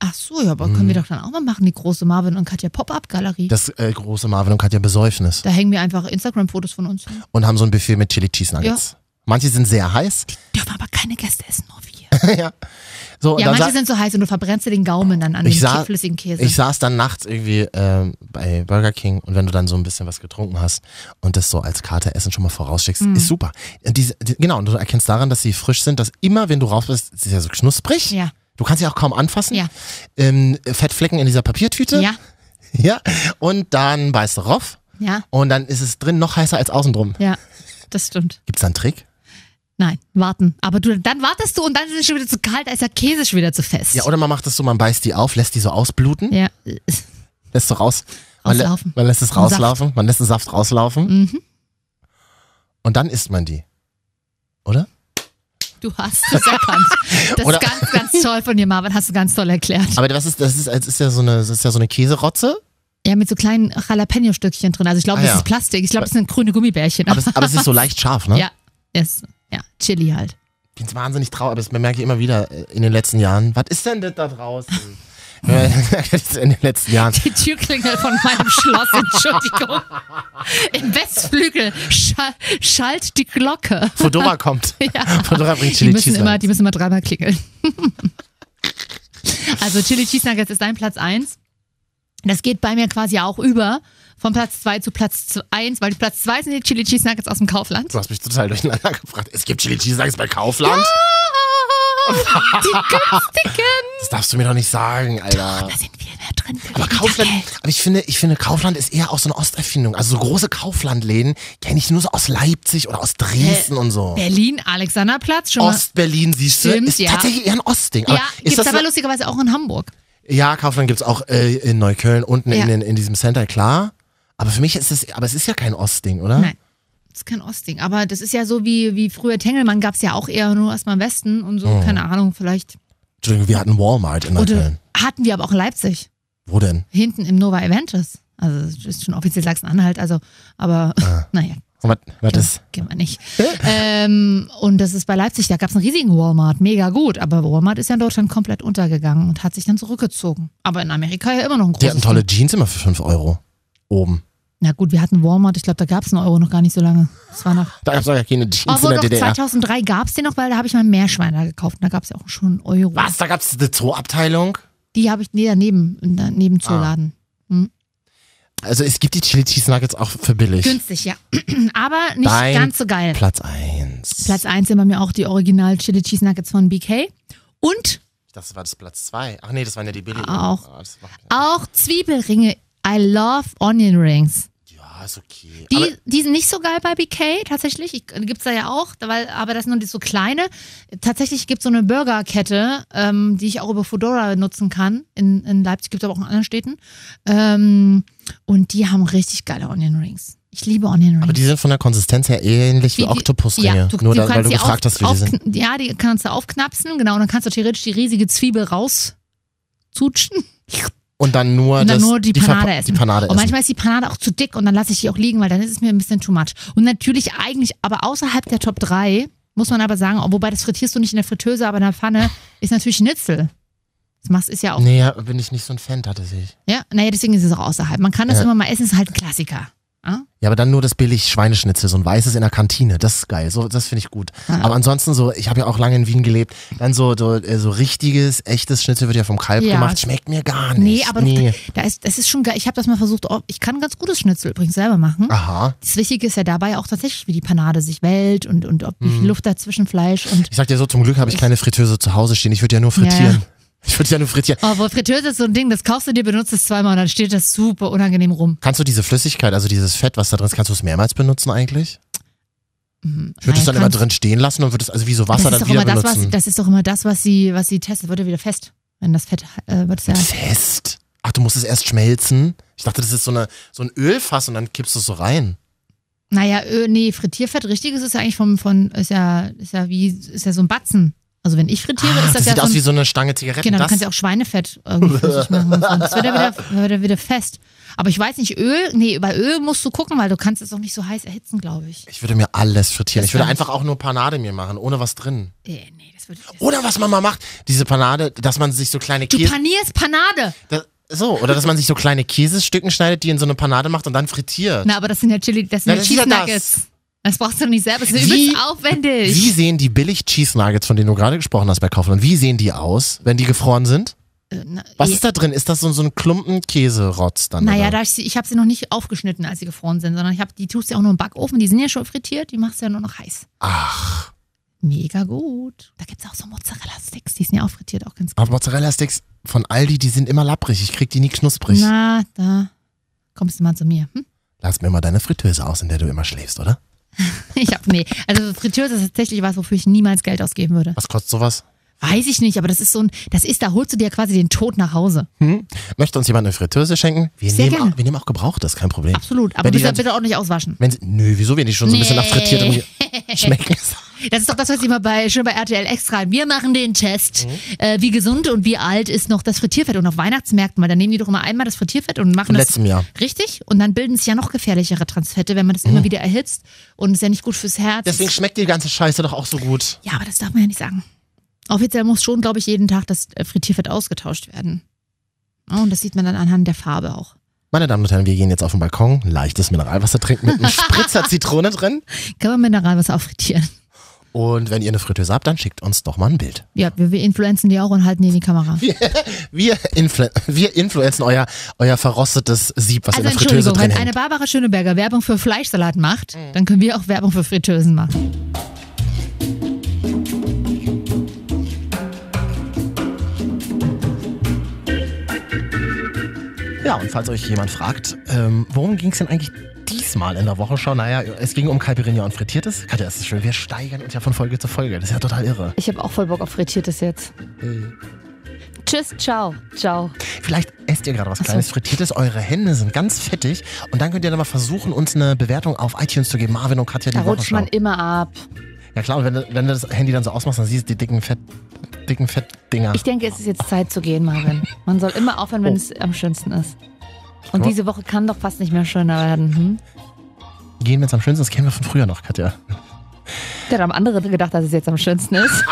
A: Ach so, ja, aber können wir doch dann auch mal machen, die große Marvin und Katja Pop-Up-Galerie.
C: Hm. Das äh, große Marvin und Katja Besäufnis
A: Da hängen wir einfach Instagram-Fotos von uns hin.
C: und haben so ein Buffet mit Chili Cheese Nuggets. Manche sind sehr heiß.
A: Dürfen aber keine Gäste essen, nur wir.
C: ja. So, und
A: Ja,
C: dann
A: manche
C: sa-
A: sind so heiß und du verbrennst dir den Gaumen dann an
C: Ich
A: dem
C: sah-
A: flüssigen Käse.
C: ich saß dann nachts irgendwie ähm, bei Burger King und wenn du dann so ein bisschen was getrunken hast und das so als Karte Essen schon mal vorausschickst,
A: Hm.
C: ist super. Und diese, die, genau, und du erkennst daran, dass sie frisch sind, dass immer, wenn du raus bist, ist ja so knusprig.
A: ja,
C: Du kannst sie auch kaum anfassen.
A: Ja.
C: Ähm, Fettflecken in dieser Papiertüte.
A: ja,
C: <laughs> Ja. Und dann beißt du rauf.
A: ja,
C: Und dann ist es drin noch heißer als außen drum.
A: ja. Das stimmt.
C: Gibt's da einen Trick?
A: Nein, warten. Aber du, dann wartest du und dann ist es schon wieder zu kalt, als der Käse schon wieder zu fest.
C: Ja, oder man macht es so, man beißt die auf, lässt die so ausbluten,
A: ja.
C: lässt so raus. Man, lä-
A: Rauslaufen.
C: man lässt es
A: Und Saft.
C: rauslaufen, man lässt den Saft rauslaufen
A: Mhm.
C: und dann isst man die. Oder?
A: Du hast es erkannt.
C: <laughs>
A: Das
C: Oder-
A: ist ganz, ganz toll von dir, Marvin. Hast du ganz toll erklärt.
C: Aber das ist, das ist, das ist ja so eine, das ist ja so eine Käserotze.
A: Ja, mit so kleinen Jalapeno-Stückchen drin. Also ich glaube,
C: Ah,
A: das
C: ja.
A: ist Plastik. Ich glaube, das sind grüne Gummibärchen.
C: Aber es, aber es ist so leicht scharf, ne?
A: Ja. Yes. Ja, Chili halt.
C: Ich bin wahnsinnig traurig, aber das merke ich immer wieder äh, in den letzten Jahren. Was ist denn das da draußen? Ja, in den letzten Jahren.
A: Die Türklingel von
C: <laughs>
A: meinem Schloss, Entschuldigung. Im Westflügel schall, schallt die Glocke.
C: Fodora kommt.
A: Ja.
C: Fodora bringt
A: Die
C: Chili
A: müssen,
C: Cheese.
A: immer,
C: Nuggets.
A: die müssen immer dreimal klingeln. <laughs> Also Chili Cheese Nuggets ist dein Platz 1. Das geht bei mir quasi auch über von Platz 2 zu Platz 1, weil Platz 2 sind die Chili Cheese Nuggets aus dem Kaufland.
C: <laughs> Du hast mich total durcheinander gefragt. Es gibt Chili Cheese Nuggets bei Kaufland?
A: Die günstigen.
C: Das darfst du mir doch nicht sagen, Alter.
A: Da sind viel mehr drin.
C: aber Kaufland, aber ich finde, ich finde, Kaufland ist eher auch so eine Osterfindung. Also so große Kauflandläden kenne ich nur so aus Leipzig oder aus Dresden und so.
A: Berlin, Alexanderplatz, schon mal.
C: Ostberlin, siehst du,
A: Stimmt,
C: ist
A: ja.
C: tatsächlich eher ein Ostding. Aber
A: Ja,
C: ist
A: gibt's
C: das
A: aber
C: so-
A: lustigerweise auch in Hamburg.
C: Ja, Kaufland gibt's auch äh, in Neukölln, unten
A: Ja.
C: in, den, in diesem Center, klar. Aber für mich ist es, aber es ist ja kein Ostding, oder?
A: Nein. Das ist kein Ostding. Aber das ist ja so wie, wie früher Tengelmann gab es ja auch eher nur erstmal im Westen und so,
C: Oh.
A: keine Ahnung, vielleicht.
C: Entschuldigung, wir hatten Walmart in
A: Oder
C: Neukölln.
A: hatten wir aber auch in Leipzig,
C: Wo denn?
A: hinten im Nova Eventes. Also das ist schon offiziell Sachsen-Anhalt, also, aber
C: Ah.
A: <laughs> naja,
C: Und Was, was ist?
A: gehen wir nicht. ähm, und das ist bei Leipzig, da gab es einen riesigen Walmart, mega gut. Aber Walmart ist ja in Deutschland komplett untergegangen und hat sich dann zurückgezogen. Aber in Amerika ja immer noch ein großes
C: Die hatten tolle Jeans immer für 5 Euro. Oben.
A: Na gut, wir hatten Walmart, ich glaube, da gab es einen Euro noch gar nicht so lange. Das war noch.
C: Da gab's doch ja keine Jeans in
A: Obwohl
C: der
A: doch,
C: DDR.
A: 2003 gab es den noch, weil da habe ich mal einen Meerschweiner gekauft und da gab es ja auch schon einen Euro.
C: Was? Da gab's eine Zooabteilung?
A: Die habe ich nee, daneben, daneben zu laden.
C: Ah. Also es gibt die Chili Cheese Nuggets auch für billig.
A: Günstig, ja. <clears throat> Aber nicht
C: Dein
A: ganz so geil.
C: Platz 1.
A: Platz 1 sind bei mir auch die Original Chili Cheese Nuggets von BK. Und
C: Das war das Platz 2. Ach nee, das waren ja die billigen.
A: Auch.
C: Ah, das war-
A: auch Zwiebelringe. I love Onion Rings.
C: Ja, ist okay.
A: Die,
C: aber,
A: die sind nicht so geil bei BK tatsächlich. Ich- äh, Gibt's da ja auch, weil, aber das sind nur die so kleine. Tatsächlich gibt's so eine Burgerkette, ähm, die ich auch über Fedora nutzen kann. In, in Leipzig gibt's aber auch in anderen Städten. Ähm, und die haben richtig geile Onion Rings. Ich liebe Onion Rings.
C: aber die sind von der Konsistenz her ähnlich wie,
A: Wie Mhm. die-
C: Oktopusringe. Nur da, weil
A: kannst
C: du
A: sie
C: gefragt
A: auf-
C: hast, wie die sind.
A: aufkn- Ja, die kannst du aufknapsen, genau. Und dann kannst du theoretisch die riesige Zwiebel raus zutschen.
C: Und dann nur,
A: Und dann
C: das,
A: nur die
C: Verpa-
A: Panade essen.
C: Die Panade
A: Und
C: essen.
A: manchmal ist die Panade auch zu dick und dann lasse ich die auch liegen, weil dann ist es mir ein bisschen too much. Und natürlich eigentlich, aber außerhalb der Top 3, muss man aber sagen, wobei das frittierst du nicht in der Fritteuse, aber in der Pfanne, ist natürlich Schnitzel. Das machst ist ja auch.
C: Nee, ja, bin ich nicht so ein Fan tatsächlich.
A: Ja, naja, deswegen ist es auch außerhalb. Man kann das
C: Ja.
A: immer mal essen, ist halt ein Klassiker.
C: Ja, aber dann nur das billig Schweineschnitzel, so ein weißes in der Kantine. Das ist geil. So, das finde ich gut.
A: Ja.
C: Aber ansonsten so, ich habe ja auch lange in Wien gelebt. Dann so, so, äh, so richtiges, echtes Schnitzel wird ja vom Kalb
A: Ja.
C: gemacht. Schmeckt mir gar
A: Nee,
C: nicht.
A: aber doch, da ist, das ist schon geil. Ich habe das mal versucht. Oh, ich kann ganz gutes Schnitzel übrigens selber machen.
C: Aha.
A: Das Wichtige ist ja dabei auch tatsächlich, wie die Panade sich wählt und, und ob wie viel
C: Mhm.
A: Luft dazwischen Fleisch und.
C: Ich sag dir so, zum Glück habe ich keine Fritteuse zu Hause stehen. Ich würde ja nur frittieren.
A: Ja,
C: Ich würde ja nur frittieren.
A: Aber oh, Fritteuse ist so ein Ding, das kaufst du dir, benutzt es zweimal und dann steht das super unangenehm rum.
C: Kannst du diese Flüssigkeit, also dieses Fett, was da drin ist, kannst du es mehrmals benutzen eigentlich?
A: Mhm.
C: Ich würde
A: Naja,
C: es dann immer
A: kannst-
C: drin stehen lassen und würde es also wie so
A: das
C: Wasser
A: ist
C: dann
A: doch
C: wieder
A: immer das, was,
C: benutzen.
A: das ist doch immer das, was sie, was sie testet. Wird ja wieder fest. Wenn das Fett äh, wird es ja.
C: Fest. Ach, du musst es erst schmelzen. Ich dachte, das ist so, eine, so ein Ölfass und dann kippst du es so rein.
A: Naja, Ö, nee, Frittierfett, richtiges ist ja eigentlich vom, von, ist ja, ist ja wie, ist ja so ein Batzen. Also wenn ich frittiere,
C: Ah,
A: ist das,
C: das
A: ja
C: sieht
A: so
C: aus
A: ein,
C: wie so eine Stange Zigaretten.
A: Genau, du
C: das,
A: kannst ja auch Schweinefett irgendwie flüssig machen. und so. Das wird ja
C: <laughs>
A: wieder, wird ja wieder fest. Aber ich weiß nicht, Öl, nee, über Öl musst du gucken, weil du kannst es auch nicht so heiß erhitzen, glaube ich.
C: ich würde mir alles frittieren.
A: Das
C: Ich würde
A: kann ich.
C: einfach auch nur Panade mir machen, ohne was drin.
A: Äh, nee, das würde ich
C: Oder was man mal macht, diese Panade, dass man sich so kleine
A: Du
C: Käse...
A: panierst Panade.
C: Da, so, oder dass man sich so kleine Käsestücken schneidet, die in so eine Panade macht und dann frittiert.
A: Na, aber das sind ja Chili, das sind
C: Na,
A: ja
C: das ist ja
A: Cheese Nuggets. Das. brauchst du doch nicht selber. Das ist
C: Wie-
A: übelst aufwendig.
C: Wie sehen die billig Cheese Nuggets, von denen du gerade gesprochen hast bei Kaufland, wie sehen die aus, wenn die gefroren sind?
A: Äh, na,
C: Was
A: eh,
C: ist da drin? Ist das so, so ein Klumpen Käserotz dann?
A: Naja,
C: oder?
A: da ich, sie- ich habe sie noch nicht aufgeschnitten, als sie gefroren sind, sondern ich hab, die tust du ja auch nur im Backofen. Die sind ja schon frittiert, die machst du ja nur noch heiß.
C: Ach,
A: Mega gut. Da gibt es auch so Mozzarella-Sticks, die sind ja auch frittiert, auch ganz
C: aber Mozzarella-Sticks von Aldi, die sind immer lapprig. Ich krieg die nie knusprig.
A: Na, da kommst du mal zu mir. Hm? <laughs>
C: Lass mir mal deine Fritteuse aus, in der du immer schläfst, oder?
A: Ich hab, nee. Also Fritteuse ist tatsächlich was, wofür ich niemals Geld ausgeben würde.
C: Was kostet sowas?
A: Weiß ich nicht, aber das ist so ein, das ist, da holst du dir quasi den Tod nach Hause.
C: Möchte uns jemand eine Fritteuse schenken? Wir,
A: Sehr
C: nehmen
A: gerne.
C: auch, wir nehmen auch Gebrauchtes, kein Problem.
A: Absolut. Aber
C: Wenn die
A: bitte,
C: dann-
A: bitte auch nicht auswaschen.
C: Wenn sie, nö, wieso, wenn die schon so ein bisschen nach
A: Nee.
C: frittiertem schmecken?
A: <laughs> Das ist doch das, was immer bei, schon bei RTL extra. Wir machen den Test. Äh, wie gesund und wie alt ist noch das Frittierfett? Und auf Weihnachtsmärkten, weil da nehmen die doch immer einmal das Frittierfett und machen
C: Von
A: das
C: letztem Jahr.
A: richtig. Und dann bilden sich ja noch gefährlichere Transfette, wenn man das immer wieder erhitzt. Und ist ja nicht gut fürs Herz.
C: Deswegen schmeckt die ganze Scheiße doch auch so gut.
A: Ja, aber das darf man ja nicht sagen. Offiziell muss schon, glaube ich, jeden Tag das äh, Frittierfett ausgetauscht werden. Oh, und das sieht man dann anhand der Farbe auch.
C: Meine Damen und Herren, wir gehen jetzt auf den Balkon, leichtes Mineralwasser trinken mit
A: <laughs>
C: einem Spritzer Zitrone drin.
A: Kann man Mineralwasser auch frittieren?
C: Und wenn ihr eine Fritteuse habt, dann schickt uns doch mal ein Bild.
A: Ja, wir, wir influenzen die auch und halten die in die Kamera.
C: Wir, influ wir influenzen euer, euer verrostetes Sieb, was
A: also
C: in der Fritteuse
A: Entschuldigung,
C: drin
A: wenn eine
C: hängt.
A: Barbara Schöneberger Werbung für Fleischsalat macht,
L: Mhm.
A: dann können wir auch Werbung für Fritteusen machen.
C: Ja, und falls euch jemand fragt, ähm, worum ging es denn eigentlich diesmal in der Wochenschau? Naja, es ging um Calpirinia und Frittiertes. Katja, das ist schön. Wir steigern uns ja von Folge zu Folge. Das ist ja total irre.
L: Ich habe auch voll Bock auf Frittiertes jetzt.
C: Mhm.
L: Tschüss, ciao, ciao.
C: Vielleicht esst ihr gerade was
A: Ach so.
C: Kleines Frittiertes, eure Hände sind ganz fettig und dann könnt ihr dann mal versuchen, uns eine Bewertung auf iTunes zu geben. Marvin und Katja,
L: Da
C: die
L: rutscht
C: Wochenschau.
L: man immer ab.
C: Ja klar, und wenn du, wenn du das Handy dann so ausmachst, dann siehst du die dicken, fett, dicken Fettdinger.
L: Ich denke, es ist jetzt Zeit zu gehen, Marvin. Man soll immer aufhören, wenn
C: Oh.
L: es am schönsten ist.
C: mal.
L: Und diese Woche kann doch fast nicht mehr schöner werden. Hm?
C: Gehen, wenn es am schönsten ist, kennen wir von früher noch, Katja.
L: Da haben andere gedacht, dass es jetzt am schönsten ist.